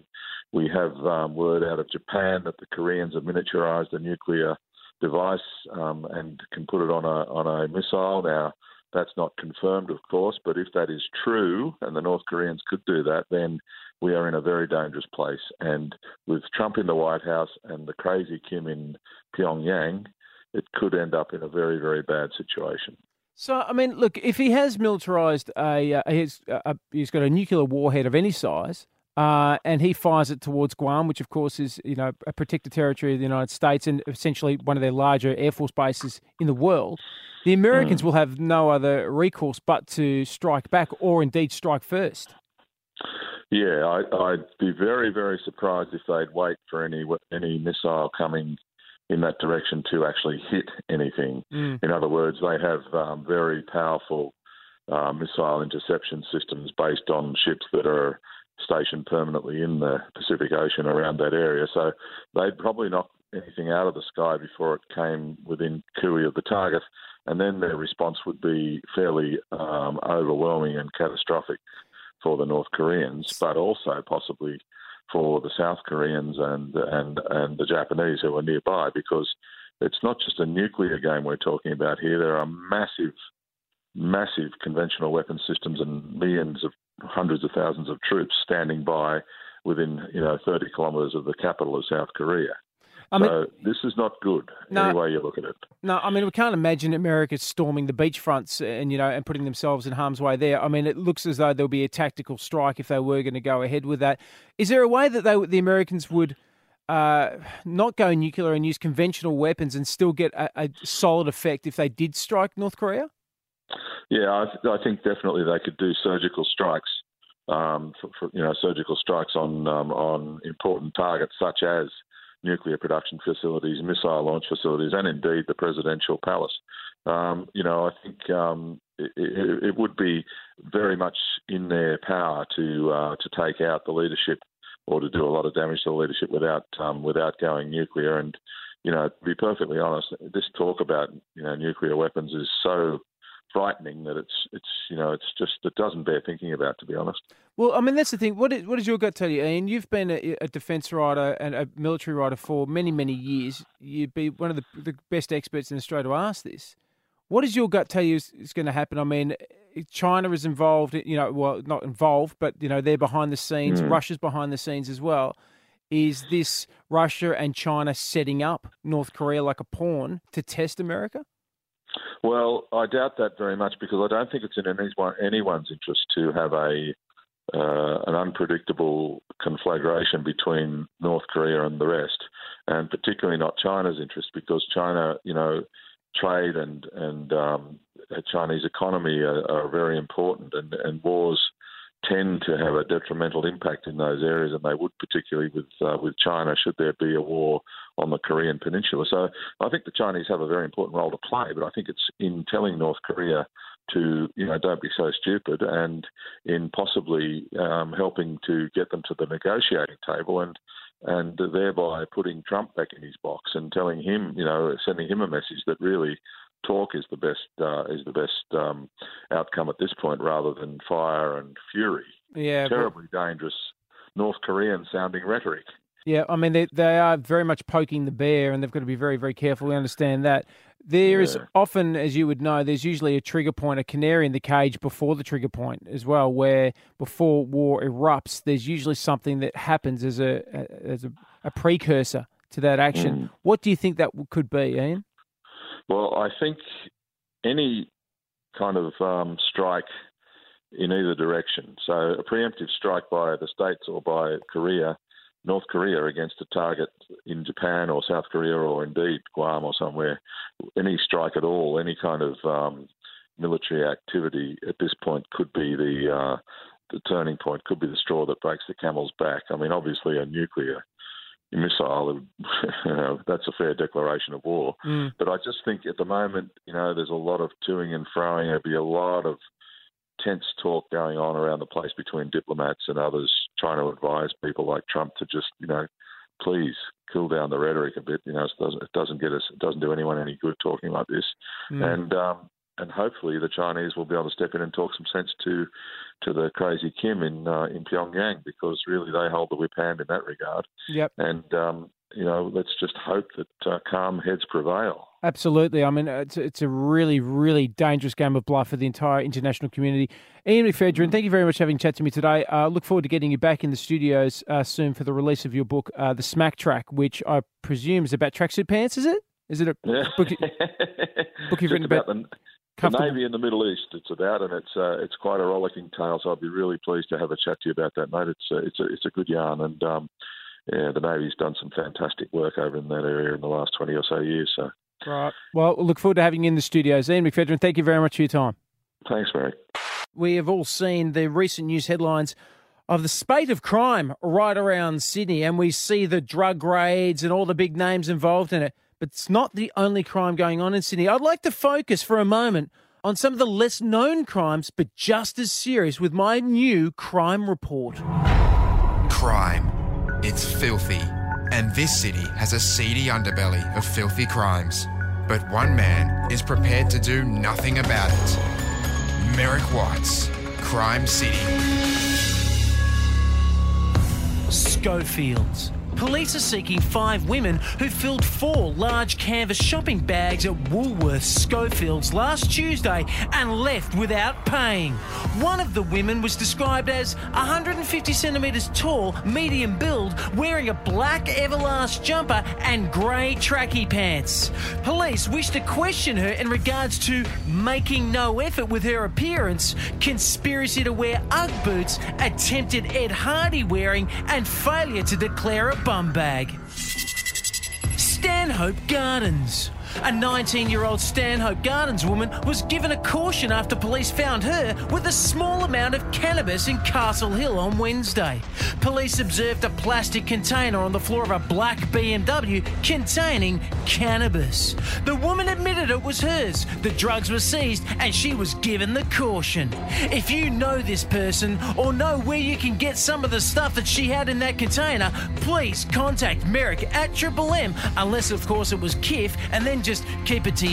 Speaker 19: we have um, word out of Japan that the Koreans have miniaturized a nuclear device um, and can put it on a on a missile. Now, that's not confirmed, of course, but if that is true, and the North Koreans could do that, then we are in a very dangerous place. And with Trump in the White House and the crazy Kim in Pyongyang, it could end up in a very very bad situation.
Speaker 3: So, I mean, look, if he has militarized a, uh, he's, uh, uh, he's got a nuclear warhead of any size, uh, and he fires it towards Guam, which of course is, you know, a protected territory of the United States and essentially one of their larger air force bases in the world. The Americans will have no other recourse but to strike back, or indeed strike first.
Speaker 19: Yeah, I, I'd be very, very surprised if they'd wait for any any missile coming in that direction to actually hit anything.
Speaker 20: Mm.
Speaker 19: In other words, they have um, very powerful uh, missile interception systems based on ships that are stationed permanently in the Pacific Ocean around that area. So they'd probably knock anything out of the sky before it came within cooey of the target. And then their response would be fairly um, overwhelming and catastrophic for the North Koreans, but also possibly for the South Koreans and and and the Japanese who are nearby, because it's not just a nuclear game we're talking about here. There are massive, massive conventional weapon systems and millions of hundreds of thousands of troops standing by within you know 30 kilometres of the capital of South Korea.
Speaker 3: I mean-
Speaker 19: so this is not good
Speaker 3: No.
Speaker 19: any way you look at it.
Speaker 3: No, I mean we can't imagine America storming the beachfronts uh, and you know and putting themselves in harm's way there. I mean it looks as though there'll be a tactical strike if they were going to go ahead with that. Is there a way that they the Americans would uh, not go nuclear and use conventional weapons and still get a, a solid effect if they did strike North Korea?
Speaker 19: Yeah, I, th- I think definitely they could do surgical strikes, um, for, for, you know, surgical strikes on um, on important targets such as nuclear production facilities, missile launch facilities, and indeed the presidential palace. Um, you know, I think um, it, it, it would be very much in their power to uh, to take out the leadership or to do a lot of damage to the leadership without um, without going nuclear. And you know, to be perfectly honest, this talk about you know nuclear weapons is so frightening that it's it's you know it's just it doesn't bear thinking about to be honest.
Speaker 3: Well, I mean, that's the thing. What, is, what does your gut tell you, Ian? You've been a, a defence writer and a military writer for many, many years. You'd be one of the, the best experts in Australia to ask this. What does your gut tell you is, is going to happen? I mean, eh, China is involved, you know, well, not involved, but, you know, they're behind the scenes.
Speaker 19: Mm.
Speaker 3: Russia's behind the scenes as well. Is this Russia and China setting up North Korea like a pawn to test America?
Speaker 19: Well, I doubt that very much because I don't think it's in anyone, anyone's interest to have a uh, an unpredictable conflagration between North Korea and the rest, and particularly not China's interest because China, you know, trade and and um, the Chinese economy are, are very important, and, and wars tend to have a detrimental impact in those areas, and they would particularly with uh, with China should there be a war on the Korean Peninsula. So I think the Chinese have a very important role to play, but I think it's in telling North Korea to you know don't be so stupid, and in possibly um, helping to get them to the negotiating table and. And thereby putting Trump back in his box and telling him, you know, sending him a message that really talk is the best uh, is the best um, outcome at this point, rather than fire and fury.
Speaker 3: Yeah, but-
Speaker 19: terribly dangerous North Korean sounding rhetoric.
Speaker 3: Yeah, I mean they they are very much poking the bear, and they've got to be very very careful. We understand that. There is
Speaker 19: Yeah.
Speaker 3: often, as you would know, there's usually a trigger point, a canary in the cage before the trigger point as well, where before war erupts, there's usually something that happens as a as a, a precursor to that action. What do you think that could be, Ian?
Speaker 19: Well, I think any kind of um, strike in either direction, so a preemptive strike by the states or by Korea, North Korea against a target in Japan or South Korea or indeed Guam or somewhere, any strike at all, any kind of um, military activity at this point could be the uh, the turning point, could be the straw that breaks the camel's back. I mean, obviously a nuclear missile, that's a fair declaration of war. But I just think at the moment, you know, there's a lot of toing and froing. There'll be a lot of tense talk going on around the place between diplomats and others trying to advise people like Trump to just, you know, please cool down the rhetoric a bit. You know, it doesn't, it doesn't get us, it doesn't do anyone any good talking like this.
Speaker 17: Hmm.
Speaker 20: Mm.
Speaker 3: Hmm.
Speaker 19: And um, and hopefully the Chinese will be able to step in and talk some sense to to the crazy Kim in uh, in Pyongyang because really they hold the whip hand in that regard.
Speaker 3: Yep.
Speaker 19: And um, you know, let's just hope that uh, calm heads prevail.
Speaker 3: Absolutely. I mean, it's, it's a really, really dangerous game of bluff for the entire international community. Ian McFedrin, thank you very much for having a chat to me today. Uh, look forward to getting you back in the studios uh, soon for the release of your book, uh, The Smack Track, which I presume is about tracksuit pants, is it? Is it a book, book you've
Speaker 19: Just
Speaker 3: written
Speaker 19: about
Speaker 3: about?
Speaker 19: the, the
Speaker 3: comfortable-
Speaker 19: Navy in the Middle East. It's about, and it's uh, it's quite a rollicking tale. So I'd be really pleased to have a chat to you about that, mate. It's a, it's a, it's a good yarn, and um, yeah, the Navy's done some fantastic work over in that area in the last twenty or so years. So
Speaker 3: Right. Well, look forward to having you in the studios. Ian McFedrin, thank you very much for your time.
Speaker 19: thanks, Merrick.
Speaker 3: We have all seen the recent news headlines of the spate of crime right around Sydney, and we see the drug raids and all the big names involved in it. But it's not the only crime going on in Sydney. I'd like to focus for a moment on some of the less known crimes, but just as serious, with my new crime report.
Speaker 1: Crime. It's filthy. And this city has a seedy underbelly of filthy crimes. But one man is prepared to do nothing about it. Merrick Watts, Crime City.
Speaker 21: Schofields. Police are seeking five women who filled four large canvas shopping bags at Woolworths Schofields last Tuesday and left without paying. One of the women was described as 150 centimetres tall, medium build, wearing a black Everlast jumper and grey tracky pants. Police wish to question her in regards to making no effort with her appearance, conspiracy to wear Ugg boots, attempted Ed Hardy wearing, and failure to declare a bum bag. Stanhope Gardens. A 19 year old Stanhope Gardens woman was given a caution after police found her with a small amount of cannabis in Castle Hill on Wednesday. Police observed a plastic container on the floor of a black BMW containing cannabis. The woman admitted it was hers, the drugs were seized, and she was given the caution. If you know this person or know where you can get some of the stuff that she had in that container, please contact Merrick at Triple M, unless, of course, it was Kiff, and then just keep it to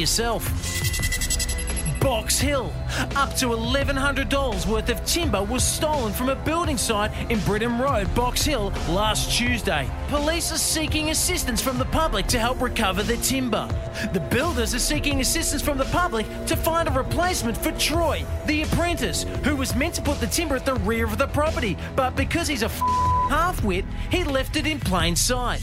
Speaker 21: yourself. Box Hill. Up to $1,100 worth of timber was stolen from a building site in Britain Road, Box Hill, last Tuesday. Police are seeking assistance from the public to help recover the timber. The builders are seeking assistance from the public to find a replacement for Troy, the apprentice, who was meant to put the timber at the rear of the property, but because he's a f- half-wit, he left it in plain sight.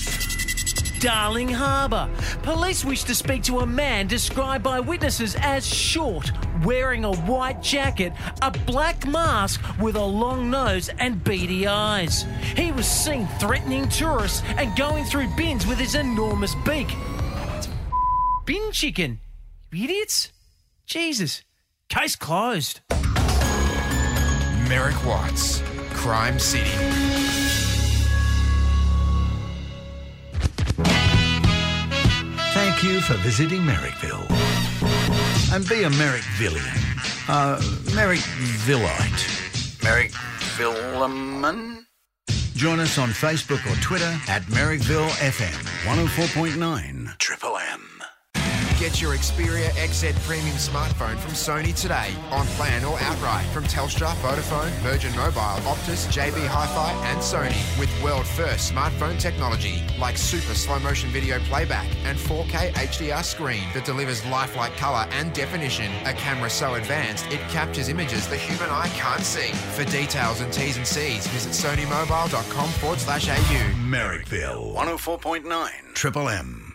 Speaker 21: Darling Harbour. Police wish to speak to a man described by witnesses as short, wearing a white jacket, a black mask with a long nose and beady eyes. He was seen threatening tourists and going through bins with his enormous beak. It's a bin chicken. You idiots. Jesus. Case closed.
Speaker 1: Merrick Watts, Crime City.
Speaker 2: Thank you for visiting Merrickville. And be a Merrickvillian. Uh, Merrickvillite. Merrickvilleman? Join us on Facebook or Twitter at Merrickville FM 104.9 Triple M.
Speaker 1: Get your Xperia XZ Premium smartphone from Sony today on plan or outright from Telstra, Vodafone, Virgin Mobile, Optus, JB Hi-Fi and Sony with world-first smartphone technology like super slow-motion video playback and 4K HDR screen that delivers lifelike color and definition. A camera so advanced it captures images the human eye can't see. For details and T's and C's, visit sonymobile.com forward slash AU.
Speaker 2: Merrickville 104.9 Triple M.